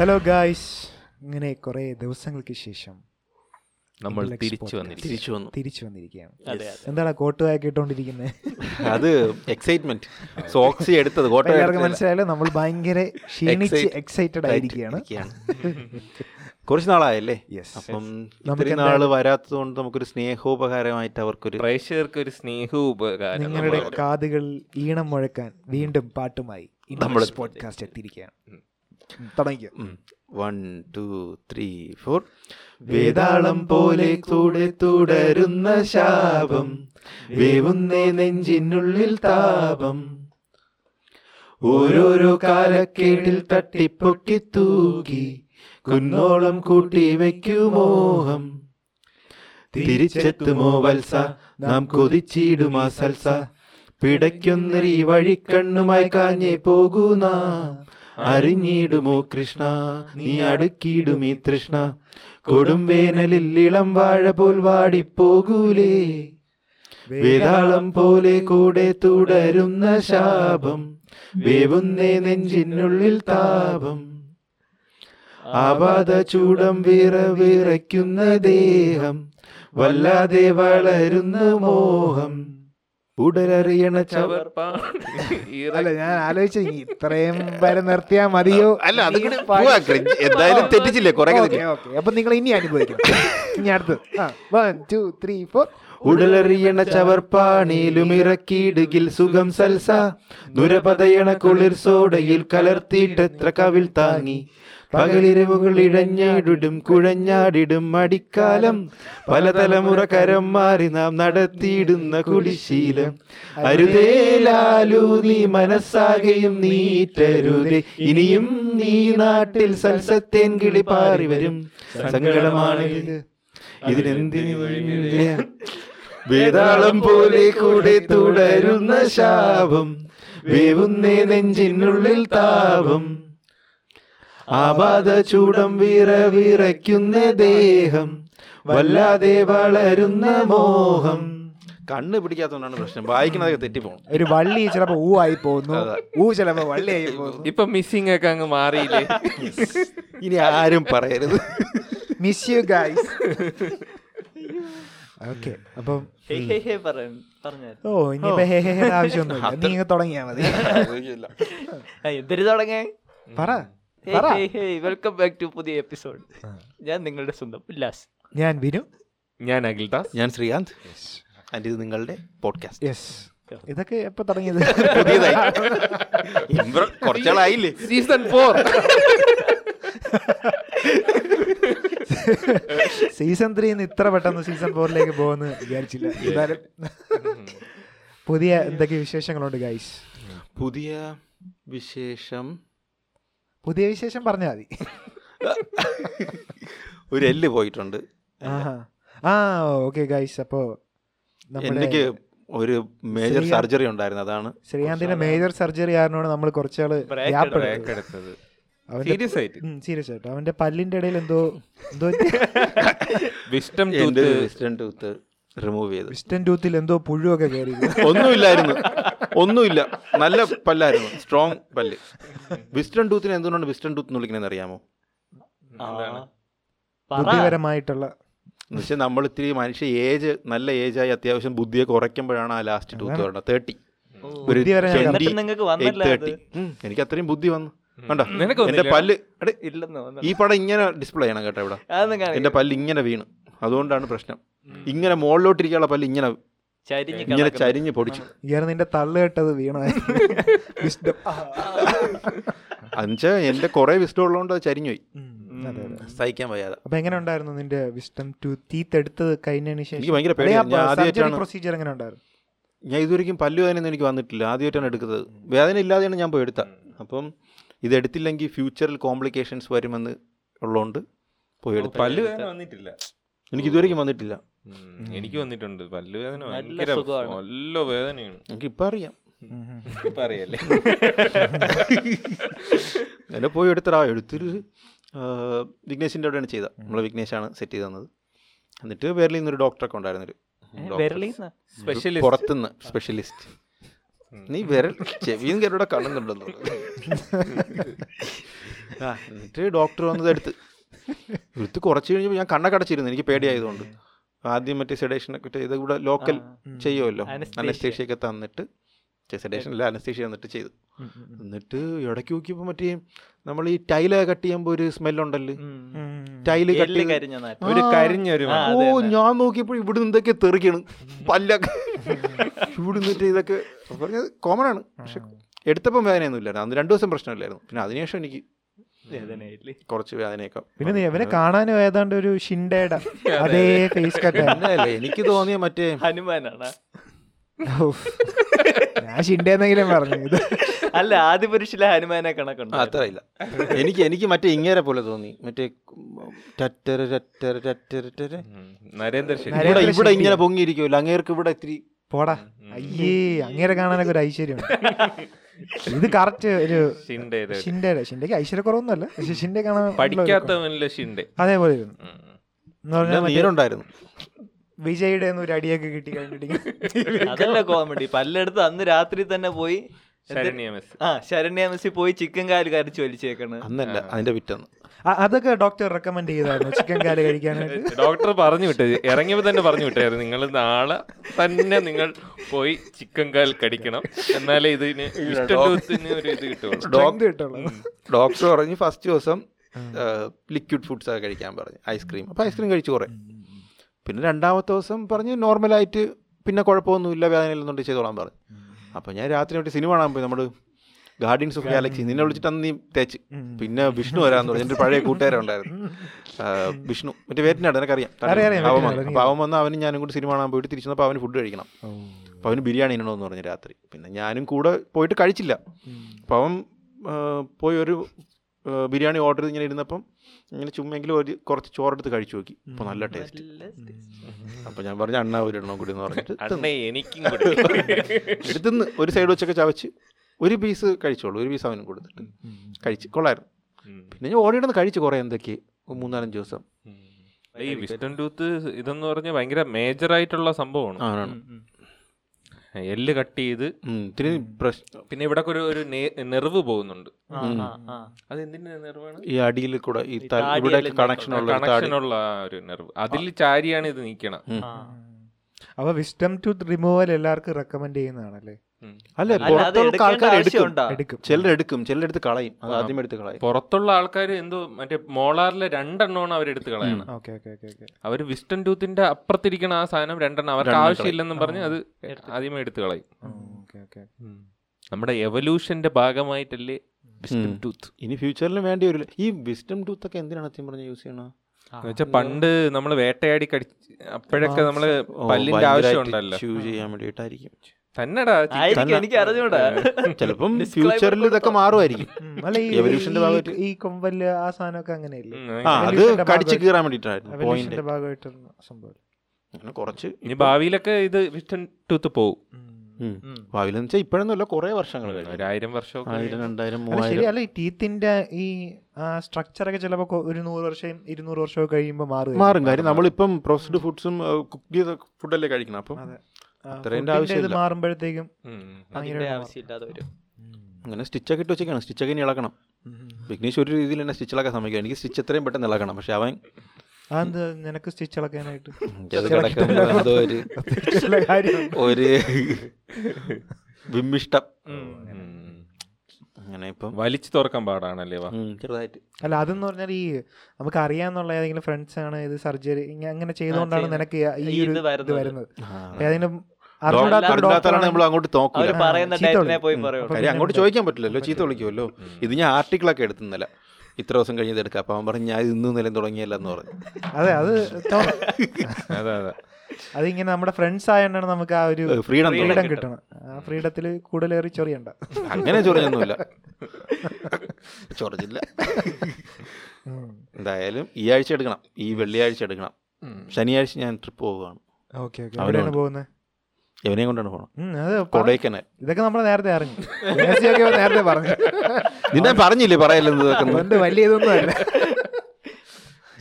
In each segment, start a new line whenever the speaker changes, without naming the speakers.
Hello guys ഇങ്ങനെ കുറേ ദിവസങ്ങൾക്ക് ശേഷം
നമ്മൾ
Intellects
തിരിച്ചു
podcast.
വന്നിരിക്കും
തിരിച്ചു വന്നു
തിരിച്ചു വന്നിരിക്കുകയാണ്
അതെ
എന്താണ് കോട്ടുവായ കേട്ടോണ്ടിരിക്കുന്നത്
അത് എക്സൈറ്റ്മെന്റ് സോക്സി എടുത്തത് കോട്ടയം
എല്ലാവർക്കും
എടുത്തതല്ല.
മനസ്സിലായാലോ നമ്മൾ ഭയങ്കര ക്ഷീണിച്ച്
Excite-
എക്സൈറ്റഡ് ആയിരിക്കുകയാണ്
ഇരിക്കുകയാണ്. കുറച്ച് നാളായല്ലേ
Yes.
അപ്പം
നമുക്ക്
ഇത്രയും നാള് വരാത്തത് കൊണ്ട് നമുക്കൊരു സ്നേഹോപകാരമായിട്ട് അവർക്കൊരു
പ്രേക്ഷകർക്ക് ഒരു സ്നേഹ ഉപകാരം
നിങ്ങളുടെ
നമ്മളോട്.
കാതുകളിൽ ഈണം മുഴക്കാൻ വീണ്ടും പാട്ടുമായി
നമ്മൾ
പോഡ്കാസ്റ്റ് എത്തിയിരിക്കുകയാണ് തുടങ്ങിക്കോ
വൺ ടു ത്രീ ഫോർ
വേതാളം പോലെ കൂടെ തുടരുന്ന ശാപം, വേവുന്നേ
നെഞ്ചിനുള്ളിൽ
താപം.
ഓരോരോ കാലക്കേട്ടിൽ തട്ടിപ്പൊട്ടി തൂകി കുന്നോളം കൂട്ടി വയ്ക്കൂ മോഹം തിരിച്ചെത്തുമോ വത്സ നാം കൊതിച്ചിടുമാ സൽസ പിടയ്ക്കുന്നൊരീ വഴിക്കണ്ണുമായി കാഞ്ഞേ പോകൂ നാം അറിഞ്ഞിടുമോ കൃഷ്ണ നീ അടുക്കിയിടും ഈ തൃഷ്ണ കൊടും വേനലിൽ ഇളം വാഴ പോൽ വാടിപ്പോകൂലേ വേതാളം പോലെ കൂടെ തുടരുന്ന ശാപം വേവുന്നേ നെഞ്ചിനുള്ളിൽ താപം ആവാത ചൂടം വീറ വിറയ്ക്കുന്ന ദേഹം വല്ലാതെ വളരുന്ന മോഹം ഉടലറിയണ ചവർ
അല്ല ഞാൻ ആലോചിച്ച ഇത്രയും വരെ നിർത്തിയാ മതിയോ
അല്ല അത്
ഇനി പാടി-
എന്തായാലും തെറ്റിച്ചില്ലേ കുറെ
ഓക്കേ, ഓക്കേ. അപ്പൊ നിങ്ങൾ ഇനി അനുഭവിക്കും ഇനി അടുത്തത് വൺ ടു ത്രീ ഫോർ
ഉടലറിയണ ചവർപ്പാണിയിലും ഇറക്കിയിടുകിൽ സുഖം സൽസ നുരപതയണ കുളിർ സോഡയിൽ കലർത്തിയിട്ടെത്ര കവിൽ താങ്ങി പകലിരവുകൾ ഇഴഞ്ഞാടിടും കുഴഞ്ഞാടിടും അടിക്കാലം പല തലമുറ കരം മാറി നാം നടത്തിയിടുന്ന കുടിശീലം അരുതേ ലാലു നീ മനസ്സാകെയും നീറ്റരുതേ ഇനിയും നീ നാട്ടിൽ സൽസത്തേൻ കിളി പാറി വരും സങ്കടമാണിത് ഇതിനെന്തിനു വേതാളം പോലെ കൂടെ തുടരുന്ന ശാപം വേവുന്നേ നെഞ്ചിനുള്ളിൽ താപം ആബാധ ചൂടം വിറ വിറയ്ക്കുന്ന ദേഹം വല്ലാതെ വളരുന്ന മോഹം കണ്ണ് പിടിക്കാത്തതുകൊണ്ടാണ് പ്രശ്നം വായിക്കുന്നതൊക്കെ തെറ്റിപ്പോണം
ഒരു വള്ളി ചിലപ്പോ ഊ ആയി പോകുന്നു ഊ ചിലപ്പോ വള്ളി ആയി പോകുന്നു
ഇപ്പൊ മിസ്സിംഗ് ഒക്കെ അങ്ങ് മാറിയില്ലേ
ഇനി ആരും പറയരുത്
മിസ് യു ഗൈസ് ഓക്കെ അപ്പം ഓ ഇനിയിപ്പോ ഹേ ഹേ ഹേ ടെ ആവശ്യമൊന്നുമില്ല നീ ഇങ്ങ് തുടങ്ങിയാ മതി
എന്തിനു തുടങ്ങേ
പറ
ഹേയ്,
പറ
hey, hey, welcome back to പുതിയ എപ്പിസോഡ് ഞാൻ നിങ്ങളുടെ സ്വന്തം ഉല്ലാസ്
ഞാൻ വിനു
ഞാൻ അഖിൽദാസ്
ഞാൻ ശ്രീകാന്ത് ആൻഡ് ഇത് നിങ്ങളുടെ പോഡ്കാസ്റ്റ്
യെസ് ഇതൊക്കെ എപ്പോ തുടങ്ങിയത്
പുതിയതായി ഇമ്പ്ര- കുറച്ചാളായില്ലേ
സീസൺ ഫോർ
സീസൺ ത്രീന്ന് ഇത്ര പെട്ടെന്ന് സീസൺ ഫോറിലേക്ക് പോകുമെന്ന് വിചാരിച്ചില്ല എന്നാലും പുതിയ എന്തൊക്കെ വിശേഷങ്ങളുണ്ട് ഗൈസ്
പുതിയ വിശേഷം
പുതിയ വിശേഷം പറഞ്ഞാൽ മതി
ഒരു എല്ല് പോയിട്ടുണ്ട്
ആഹാ. ആ ഓക്കെ ഗൈസ് അപ്പോ നമ്മുടെ
എനിക്ക് ഒരു മേജർ
ശ്രീകാന്ത്
സർജറി ഉണ്ടായിരുന്നു അതാണ്
ശ്രീകാന്തിന്റെ മേജർ സർജറി കാരണമാണ് നമ്മൾ കുറച്ചാള്
Break
gap
എടുത്തു.
എടുത്തത്.
എടുത്തത്
അവന്റെ
സീരിയസ് ആയിട്ട്
സീരിയസ് ആയിട്ട് അവന്റെ പല്ലിന്റെ ഇടയിൽ എന്തോ എന്തോ
വിസ്റ്റം
എന്റെ
ടൂത്ത്
വെസ്റ്റേൺ ടൂത്ത് റിമൂവ് ചെയ്ത്
വിസ്റ്റൻ ടൂത്തിൽ എന്തോ പുഴുവൊക്കെ കയറി
ഒന്നുമില്ലായിരുന്നു ഒന്നുമില്ല നല്ല പല്ലായിരുന്നു സ്ട്രോങ് പല്ല് വിസ്റ്റൺ ടൂത്തിന് എന്തുകൊണ്ടാണ് വിസ്റ്റൺ ടൂത്ത് എന്ന് വിളിക്കണമെന്ന് അറിയാമോ
പറ.
ബുദ്ധിപരമായിട്ടുള്ള
എന്ന് വെച്ചാൽ നമ്മൾ ഇത്തിരി മനുഷ്യ ഏജ് നല്ല ഏജായി അത്യാവശ്യം ബുദ്ധിയെ കുറയ്ക്കുമ്പോഴാണ് ആ ലാസ്റ്റ് ടൂത്ത് വേണ്ട തേർട്ടി
ഓ,
ഒരു
ബുദ്ധിപരമായ കാര്യം.
ട്വന്റി
എന്നിട്ടും നിങ്ങൾക്ക് വന്നില്ല അത്?
തേർട്ടി എനിക്ക് അത്രയും ബുദ്ധി വന്നു കണ്ടോ
നിനക്ക്
എന്റെ
വന്നില്ല?
പല്ല് എടേ,
ഇല്ലെന്ന് തോന്നുന്നു.
ഈ പടം ഇങ്ങനെ ഡിസ്പ്ലേ ചെയ്യണം കേട്ടോ ഇവിടെ
അതൊന്നും കാണില്ല.
എന്റെ പല്ല് ഇങ്ങനെ വീണു അതുകൊണ്ടാണ് പ്രശ്നം ഇങ്ങനെ മുകളിലോട്ടിരിക്കാനുള്ള പല്ല് ഇങ്ങനെ
ചരിഞ്ഞ്
ഇങ്ങനെ
കിടക്കുന്നു.
ചരിഞ്ഞ് പൊടിച്ചു
ഇയാൾ നിന്റെ തള്ളു കെട്ടത് വീണായി വിസ്ഡം.
എന്നുവെച്ചാൽ എന്റെ കുറെ വിസ്റ്റം ഉള്ളതുകൊണ്ട് അത് ചരിഞ്ഞു പോയി
ഉം, അതെ, അതെ.
സഹിക്കാൻ വയ്യാതെ
അപ്പൊ എങ്ങനെ ഉണ്ടായിരുന്നു നിന്റെ വിസ്റ്റം ടു തീത്ത് എടുത്തത് കഴിഞ്ഞതിന്
എനിക്ക് ഭയങ്കര പേടിയായിരുന്നു. ഞാൻ
ശേഷം
ആദ്യമായിട്ടാണ്
പ്രൊസീജിയർ എങ്ങനെ ഉണ്ടായിരുന്നു
ഞാൻ ഇതുവരെയും പല്ല് വേദനയൊന്നും എനിക്ക് വന്നിട്ടില്ല ആദ്യമായിട്ടാണ് എടുക്കുന്നത് വേദന ഇല്ലാതെയാണ് ഞാൻ പോയി എടുത്തത് അപ്പം ഇത് എടുത്തില്ലെങ്കിൽ ഫ്യൂച്ചറിൽ കോംപ്ലിക്കേഷൻസ് വരുമെന്ന് ഉള്ളതുകൊണ്ട് പോയി എടുത്തു
പല്ല് വേദന വന്നിട്ടില്ല
എനിക്ക് ഇതുവരെയും വന്നിട്ടില്ല
എനിക്ക് വന്നിട്ടുണ്ട് പല്ല് വേദന
നല്ല
ഭയങ്കര
സുഖമാണ്.
നല്ല വേദനയാണ്
എനിക്ക് ഇപ്പം അറിയാം
പറയല്ലേ
അല്ല പോയി എടുത്തടാ എടുത്തൊരു ആ, വിഘ്നേശിൻ്റെ അവിടെയാണ് ചെയ്തത് നമ്മളെ വിഘ്നേശാണ് സെറ്റ് ചെയ്ത് തന്നത് എന്നിട്ട് ബെർലിൽ നിന്നൊരു ഡോക്ടറൊക്കെ ഉണ്ടായിരുന്നൊരു
ഏ,
doctor.
ബെർലിന്നാ?
സ്പെഷ്യലി
പുറത്തുനിന്ന് സ്പെഷ്യലിസ്റ്റ് നീ വിരൽ ചെവിയും കരൂടെ കാണുന്നുണ്ടെന്നുള്ളത് ആ, എന്നിട്ട് ഡോക്ടർ വന്നത് എടുത്ത് വൃത്തി കുറച്ച് കഴിഞ്ഞപ്പോൾ ഞാൻ കണ്ണക്കടച്ചിരുന്നു എനിക്ക് പേടിയായതുകൊണ്ട് ആദ്യം മറ്റേ സെഡേഷനൊക്കെ ഇത് ഇവിടെ ലോക്കൽ ചെയ്യുമല്ലോ
Anesthesia.
അനസ്തേഷ്യ ഒക്കെ തന്നിട്ട് സെഡേഷൻ അല്ല അനസ്തേഷ്യ തന്നിട്ട് ചെയ്തു എന്നിട്ട് ഇടയ്ക്ക് നോക്കിയപ്പോൾ മറ്റേ നമ്മൾ ഈ ടൈല് കട്ട് ചെയ്യുമ്പോൾ ഒരു സ്മെല്ലുണ്ടല്ലോ ടൈല് കട്ട്
എല്ല്
ചെയ്ത്
കരിഞ്ഞ നാറ്റം.
ഒരു കരിഞ്ഞൊരു
ആ,
മണം.
ഓ
അതെ, അതെ.
ഞാൻ നോക്കിയപ്പോൾ ഇവിടെ എന്തൊക്കെ തെറിക്കണം പല്ലൊക്കെ ഇവിടെ നിന്നിട്ട് ഇതൊക്കെ പറഞ്ഞത് കോമൺ ആണ് പക്ഷെ എടുത്തപ്പം വേദനയൊന്നും ഇല്ലായിരുന്നു അന്ന് രണ്ട് ദിവസം പ്രശ്നമില്ലായിരുന്നു പിന്നെ അതിനുശേഷം എനിക്ക്
വേദനയില്ലേ?
കുറച്ച് വേദനയൊക്കെ
പിന്നെ നീ അവനെ കാണാനും ഏതാണ്ട് ഒരു ഷിൻഡേട അതേ ഫേസ് കട്ട്
പിന്നെയല്ലേ, എനിക്ക് തോന്നിയ മറ്റേ
ഹനുമാനാണ്
ഞാൻ ഷിൻഡേന്നെങ്കിലും പറഞ്ഞു ഇത്
അല്ല ആദ്യ പുരുഷിലെ ഹനുമാനെ കണക്കുണ്ട്
ആ, അത്രയില്ല എനിക്ക് എനിക്ക് മറ്റേ ഇങ്ങേരെ പോലെ തോന്നി മറ്റേ ടറ്റര ടറ്റര ടറ്റര ടറ്റര.
ഉം. നരേന്ദ്ര ഷെട്ടി
നരേ-
ഇവിടെ
നരേന്ദ്ര
ഇവിടെ
ഷെട്ടി.
ഇങ്ങനെ പൊങ്ങിയിരിക്കുമല്ലോ അങ്ങേർക്ക് ഇവിടെ ഇത്തിരി
പോടാ അയ്യേ അങ്ങനെ കാണാനൊക്കെ ഒരു ഐശ്വര്യം ഇത് കറക്റ്റ് ഒരു
ഷിൻഡേ ഇത്.
ഷിൻഡേടെ ഷിൻഡേക്ക് ഐശ്വര്യക്കുറവൊന്നുമല്ല പക്ഷെ ഷിൻഡേ കാണാൻ ഉള്ള ഒരു-
പഠിക്കാത്തവനല്ലേ ഷിൻഡേ
അതേപോലെ ഇരുന്നു
ഉം.
എന്ന് പറഞ്ഞാൽ മറ്റേ
നീരുണ്ടായിരുന്നു
വിജയുടെ ഒന്ന് ഒരു അടിയൊക്കെ കിട്ടി കഴിഞ്ഞിട്ട്
അതല്ല കോമഡി പല്ലെടുത്ത് അന്ന് രാത്രി തന്നെ പോയി
ശരണ്യ മെസ്സി
ആ ശരണ്യ മെസ്സി പോയി ചിക്കൻ കാല് കരച്ചു വലിച്ചേക്കണ്
അന്നല്ല അതിന്റെ പിറ്റേന്ന്
അ- അതൊക്കെ ഡോക്ടർ റെക്കമെൻഡ് ചെയ്തായിരുന്നു ചിക്കൻ കാല് കഴിക്കാനായിട്ട്
ഡോക്ടർ പറഞ്ഞു വിട്ടത് ഇറങ്ങിയപ്പോൾ തന്നെ പറഞ്ഞു വിട്ടായിരുന്നു നിങ്ങൾ നാളെ തന്നെ നിങ്ങൾ പോയി ചിക്കൻ കാൽ കടിക്കണം എന്നാലേ ഇതിന് ഇഷ്ടത്തിന് ഒരു ഇത് കിട്ടുള്ളൂ
Strength കിട്ടുള്ളൂ.
ഡോക്ടർ പറഞ്ഞു ഫസ്റ്റ് ദിവസം ലിക്വിഡ് ഫുഡ്സ് ഒക്കെ കഴിക്കാൻ പറഞ്ഞു ഐസ്ക്രീം അപ്പോൾ ഐസ്ക്രീം കഴിച്ചു കുറേ പിന്നെ രണ്ടാമത്തെ ദിവസം പറഞ്ഞ് നോർമലായിട്ട് പിന്നെ കുഴപ്പമൊന്നുമില്ല വേദനയില്ലെന്നുണ്ട് ചെയ്തോളാൻ പറഞ്ഞു അപ്പോൾ ഞാൻ രാത്രി മറ്റേ സിനിമ കാണാൻ പോയി നമ്മൾ ഗാർഡിയൻസ് ഓഫ് ഗാലക്സി നിന്നെ വിളിച്ചിട്ട് അന്ന് നീ തേച്ച് പിന്നെ വിഷ്ണു വരാമെന്ന് പറഞ്ഞു എൻ്റെ ഒരു പഴയ കൂട്ടുകാരൻ ഉണ്ടായിരുന്നു ആ, വിഷ്ണു മറ്റേ വേറ്റിനാട് എനിക്കറിയാം
അറിയാം, അറിയാം,
അവൻ
വേറ്റിനാട്,
വന്നു.
അറിയാം.
അപ്പോൾ അവൻ വന്ന് അവനും ഞാനും കൂടി സിനിമ കാണാൻ പോയിട്ട് തിരിച്ചു വന്നപ്പോൾ അവന് ഫുഡ് കഴിക്കണം അപ്പോൾ അവന് ബിരിയാണി എന്ന് പറഞ്ഞു രാത്രി പിന്നെ ഞാനും കൂടെ പോയിട്ട് കഴിച്ചില്ല അപ്പോൾ അവൻ ആ, പോയി ഒരു ആ, ബിരിയാണി ഓർഡർ ചെയ്ത് ഇങ്ങനെ ഇരുന്നപ്പം ഇങ്ങനെ ചുമ്മെങ്കിലും ഒരു കുറച്ച് ചോറെടുത്ത് കഴിച്ചു നോക്കി അപ്പോൾ നല്ല ടേസ്റ്റ് അപ്പോൾ ഞാൻ പറഞ്ഞു അണ്ണാ ഒരു എണ്ണം കൂടി എന്ന് പറഞ്ഞിട്ട് തിന്നു.
അണ്ണേ എനിക്കും കൊടുക്കും
എടുത്തുനിന്ന് ഒരു സൈഡ് വെച്ചൊക്കെ ചവച്ച് ഒരു പീസ് കഴിച്ചോളൂ ഒരു പീസ് അവനും കൊടുത്തിട്ട് കഴിച്ച് കൊള്ളായിരുന്നു പിന്നെ ഞാൻ ഓടിയിടുന്ന് കഴിച്ച് കുറേ എന്തൊക്കെ ഒരു മൂന്നാലഞ്ച് ദിവസം
ഈ വിസ്റ്റൺ ടൂത്ത് ഇതെന്ന് പറഞ്ഞാൽ ഭയങ്കര മേജർ ആയിട്ടുള്ള സംഭവമാണ്
ആണാണ്
എല്ല് കട്ട് ചെയ്ത്
ഉം, ഇത്തിരി പ്രശ്നം
പിന്നെ ഇവിടെ ഒരു ഒരു നെർവ് പോകുന്നുണ്ട്
ആ, ആ, ആ.
അത് എന്തിന്റെ നെർവാണ്
ഈ അടിയിൽ കൂടെ ഈ തല-
താടിയെല്ലാം
ഇവിടെ കണക്ഷൻ
ഇതായിട്ടുള്ള
ഉള്ള ഒരു താടി
കണക്ഷനുള്ള ആ ഒരു നെർവ് അതിൽ ചാരിയാണ് ഇത് നീക്കണം
ആ.
അപ്പൊ വിസ്റ്റം ടൂത്ത് റിമൂവൽ എല്ലാവർക്കും റെക്കമെൻഡ് ചെയ്യുന്നതാണല്ലേ
അല്ല
അല്ല, അത്
പുറത്തുള്ള
എടുക്കേണ്ട
ആൾക്കാർ എടുക്കും
ആവശ്യമുണ്ടാ?
എടുക്കും
ചിലരെടുക്കും ചിലരെടുത്ത് കളയും അത് ആദ്യം എടുത്ത് കളയും
പുറത്തുള്ള ആൾക്കാർ എന്തോ മറ്റേ മോളാറിലെ രണ്ടെണ്ണമാണ് അവരെടുത്ത് കളയണം
ഓക്കെ ഓക്കെ ഓക്കെ ഓക്കെ
അവർ വിസ്റ്റൺ ടൂത്തിന്റെ അപ്പുറത്തിരിക്കണ ആ സാധനം രണ്ടെണ്ണം അവർക്ക് ആവശ്യമില്ലെന്നും പറഞ്ഞ് അത് ആദ്യമേ എടുത്ത് കളയും
ഓക്കെ ഓക്കെ
നമ്മുടെ എവല്യൂഷന്റെ ഭാഗമായിട്ടല്ലേ വിസ്റ്റം ടൂത്ത്
ഇനി ഫ്യൂച്ചറിൽ വേണ്ടി വരില്ല ഈ വിസ്റ്റം ടൂത്ത് ഒക്കെ എന്തിനാണ് സത്യം പറഞ്ഞ യൂസ് ചെയ്യണ
എന്നുവെച്ചാൽ പണ്ട് നമ്മൾ വേട്ടയാടി കടിച്ച് അപ്പോഴൊക്കെ നമ്മള് പല്ലിന്റെ ആവശ്യം ഉണ്ടല്ലോ
യൂസ് ചെയ്യാൻ വേണ്ടിയിട്ടായിരിക്കും
തന്നെടാ
ആയിരിക്കും എനിക്ക് അറിഞ്ഞൂടാ
ചിലപ്പം ഫ്യൂച്ചറിൽ ഇതൊക്കെ മാറുമായിരിക്കും
അല്ല ഈ-
Evolutionന്റെ
ഈ-
ഭാഗമായിട്ട്.
ഈ കൊമ്പല് ആ സാധനമൊക്കെ അങ്ങനെയല്ലേ
ആ അത്
Evolutionന്റെ
കടിച്ച്
ഭാഗമായിട്ട്-
കീറാൻ വേണ്ടിയിട്ടായിരുന്നു പോയിന്റ്
Evolutionന്റെ ഭാഗമായിട്ടുള്ള സംഭവം
അങ്ങനെ കുറച്ച്
ഇനി ഭാവിയിലൊക്കെ ഇത് വിസ്റ്റൺ ടൂത്ത് പോവും
ഉം. ഭാവിയിലെന്ന് വെച്ചാൽ ഇപ്പോഴൊന്നുമല്ല കുറേ വർഷങ്ങൾ കഴിഞ്ഞു
ഒരായിരം വർഷമൊക്കെ
ആയിരം രണ്ടായിരം
അല്ല
മൂവായിരം
ശരി അല്ല ഈ ടീത്തിന്റെ ഈ സ്ട്രക്ചറൊക്കെ ചിലപ്പോ കൊ- ഒരു നൂറ് വർഷം ഇരുന്നൂറ് വർഷമൊക്കെ കഴിയുമ്പോ മാറും
മാറും കാര്യം നമ്മളിപ്പം പ്രോസസ്ഡ് ഫുഡ്സും കുക്ക് ചെയ്ത ഫുഡല്ലേ കഴിക്കണം അപ്പം
അതെ. ആ,
അത്രേം
food ന്റെ ഇത്
ആവശ്യമില്ല.
മാറുമ്പോഴത്തേക്കും
ഉം.
ഭയങ്കര
അതിന്റെ ആവശ്യമില്ലാതെ വരും
അങ്ങനെ സ്റ്റിച്ചൊക്കെ ഇട്ട് വെച്ചേക്കാണ് സ്റ്റിച്ചൊക്കെ ഇനി ഇളക്കണം വിഘ്നേഷ് ഒരു രീതിയിൽ എന്നെ സ്റ്റിച്ചിളക്കാൻ സമയക്കുക എനിക്ക് സ്റ്റിച്ച് എത്രയും പെട്ടെന്ന് ഇളക്കണം പക്ഷെ അവൻ
അതെന്ത് നിനക്ക് സ്റ്റിച്ച് ഇളക്കാനായിട്ട്
അത് കിടക്കുന്നത് അതോ ഒരു
ചില കാര്യം
ഒരു വിമ്മിഷ്ടം
ഉം.
അങ്ങനെ ഇപ്പം
വലിച്ചു തുറക്കാൻ പാടാണല്ലേ വാ
ഉം, ചെറുതായിട്ട്
അല്ല അതെന്ന് പറഞ്ഞാൽ ഈ നമുക്ക് അറിയാന്നുള്ള ഏതെങ്കിലും ഫ്രണ്ട്സ് ആണ് ഇത് സർജറി അങ്ങനെ ചെയ്തുകൊണ്ടാണ്
ചെയ്യുന്നത്.
നിനക്ക് ഈ
ഈ
ഒരു
ഇത്
ഇത്
വരുന്നത്.
വരുന്നത്
ആ.
ഏതെങ്കിലും
ഡോക്ടർ-
അറിഞ്ഞൂടാത്ത
അറിഞ്ഞാത്താണ്
ഡോക്ടറാണ്
നമ്മൾ അങ്ങോട്ട്
അവര്
തോക്കൂല
ആ,
പറയുന്ന
ചീത്ത
ഡയറ്റിനെ
വിളിക്കും.
പോയി
ഉം.
പറയുള്ളൂ
കാര്യം അങ്ങോട്ട് ചോദിക്കാൻ പറ്റില്ലല്ലോ ചീത്ത വിളിക്കുമല്ലോ ഇത് ഞാൻ ആർട്ടിക്കിളൊക്കെ എടുത്തുന്നില്ല ഇത്ര ദിവസം കഴിഞ്ഞത് എടുക്കാം അപ്പം അവൻ പറഞ്ഞു ഞാൻ ഇത് ഇന്നും നിലയും തുടങ്ങിയല്ല എന്ന് പറഞ്ഞു
അതെ അത് തോ-
അതെ അതെ
അതിങ്ങനെ നമ്മുടെ ഫ്രണ്ട്സ് ആയതുകൊണ്ടാണ് നമുക്ക് ആ ഒരു
ഫ്രീഡം
ഫ്രീഡം കിട്ടണം ആ ഫ്രീഡത്തിൽ കൂടുതലേറി ചൊറിയണ്ട
അങ്ങനെ ചൊറിഞ്ഞൊന്നുമില്ല ചൊറിഞ്ഞില്ല എന്തായാലും ഈ ആഴ്ച എടുക്കണം ഈ വെള്ളിയാഴ്ച എടുക്കണം ശനിയാഴ്ച ഞാൻ ട്രിപ്പ് പോവുകയാണ്
ഓക്കെ ഓക്കെ അവിടെയാണ് പോകുന്നത്
എവനെയും കൊണ്ടാണ് പോകണം
ഉം, അത് പറ-
കൊടൈക്കനാൽ
ഇതൊക്കെ നമ്മൾ നേരത്തെ അറിഞ്ഞു മേസിയൊക്കെ അവൻ നേരത്തെ പറഞ്ഞു
നിന്നെ പറഞ്ഞില്ലേ പറയല്ലെന്ന് ഇതൊക്കെ
അതുകൊണ്ട് വലിയ ഇതൊന്നും അല്ല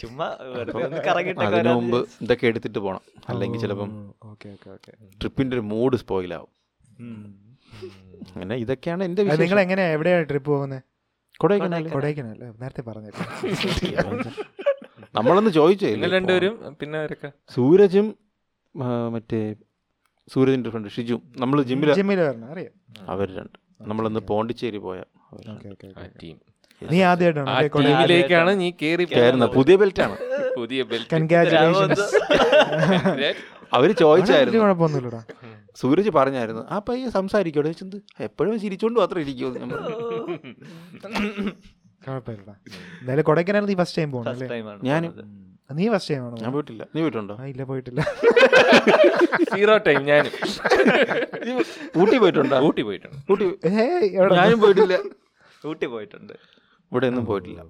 ചുമ്മാ വെറുതെ ഒന്ന് കറങ്ങിട്ടൊക്കെ
അതിനു മുമ്പ് ഇതൊക്കെ എടുത്തിട്ട് പോകണം അല്ലെങ്കിൽ ചിലപ്പം
ഓക്കെ ഓക്കെ ഓക്കെ
ട്രിപ്പിന്റെ ഒരു മൂഡ് സ്പോയിലാവും അങ്ങനെ ഇതൊക്കെയാണ് എന്റെ
നിങ്ങൾ
വിശേഷം.
എങ്ങനെയാ എവിടെയാണ് ട്രിപ്പ് പോകുന്നത്
കൊടൈക്കനാൽ
കൊടൈക്കനാൽ ആ, നേരത്തെ പറഞ്ഞു
നമ്മളൊന്ന് ചോദിച്ചേ
നിങ്ങൾ രണ്ടുപേരും പിന്നെ ആരൊക്കെ
സൂരജും ആ, മറ്റേ സൂരജിന്റെ ഫ്രണ്ട് ഷിജും നമ്മൾ ജിമ്മിൽ
ജിമ്മിൽ വരണം അറിയാം
അവർ രണ്ട് നമ്മളന്ന് പോണ്ടിച്ചേരി പോയ അവര് രണ്ട്.
Okay, okay,
ആ
okay.
ടീം
നീ ആദ്യമായിട്ടാണ്
ആ
അല്ലേ കൊടൈ-
ടീമിലേക്കാണ് നീ കേറി
കേറുന്ന പുതിയ ബെൽറ്റ് ആണ്
പുതിയ ബെൽറ്റ്
Congratulations.
അവര്
ഒരു
ചോദിച്ചായിരുന്നു
കുഴപ്പമൊന്നുമില്ലടാ
സൂരജ് പറഞ്ഞായിരുന്നു ആ പയ്യെ സംസാരിക്കോടെ ചോദിച്ചത് എപ്പോഴും ചിരിച്ചോണ്ട് മാത്രം ഇരിക്കുമോ നമ്മൾ
കുഴപ്പമില്ലടാ എന്തായാലും കൊടൈക്കനാൽ നീ ഫസ്റ്റ് ടൈം പോകണം അല്ലേ
ടൈമാണ്
ഞാനും
നീ ഫസ്റ്റ് ടൈം ആണോ
ഞാൻ പോയിട്ടില്ല നീ പോയിട്ടുണ്ടോ
ആ ഇല്ല പോയിട്ടില്ല
സീറോ ടൈം ഞാനും
ഊട്ടി പോയിട്ടുണ്ടോ
ഊട്ടി പോയിട്ടുണ്ട്
ഊട്ടി
ഏയ് എവിടെ
ഞാനും പോയിട്ടില്ല
ഊട്ടി പോയിട്ടുണ്ട്
ഇവിടെ ഒന്നും പോയിട്ടില്ല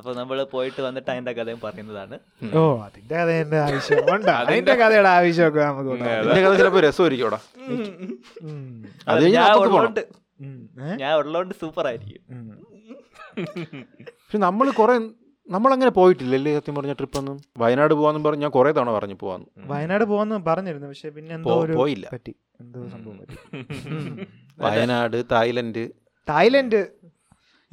അപ്പൊ നമ്മൾ പോയിട്ട് വന്നിട്ട് അതിന്റെ കഥയും പറയുന്നതാണ്
ഓ അതിന്റെ കഥ എന്റെ ആവശ്യം ഉണ്ട് അതിന്റെ കഥയുടെ ആവശ്യമൊക്കെ നമുക്ക് ഉണ്ട്.
എന്റെ കഥ ചിലപ്പോ രസമായിരിക്കും
ഉം.
അത്
അത്
കഴിഞ്ഞ്
ഞാൻ
നമുക്ക് പോണം
ഉള്ളോണ്ട്
ഉം. ഏ?
ഞാൻ ഉള്ളോണ്ട് സൂപ്പർ ആയിരിക്കും
ഉം.
പക്ഷെ നമ്മൾ കുറെ നമ്മളങ്ങനെ പോയിട്ടില്ലല്ലേ സത്യം പറഞ്ഞ ട്രിപ്പ് ഒന്നും വയനാട് പോവാന്നും പറഞ്ഞ് ഞാൻ കുറെ തവണ പറഞ്ഞു പോവാന്ന്
വയനാട് പോവാന്ന് പറഞ്ഞിരുന്നു പക്ഷെ പിന്നെ എന്തോ
പോ-
ഒരു
പോയില്ല.
പറ്റി എന്തോ സംഭവം പറ്റി
വയനാട് തായ്ലൻഡ്
തായ്ലൻഡ്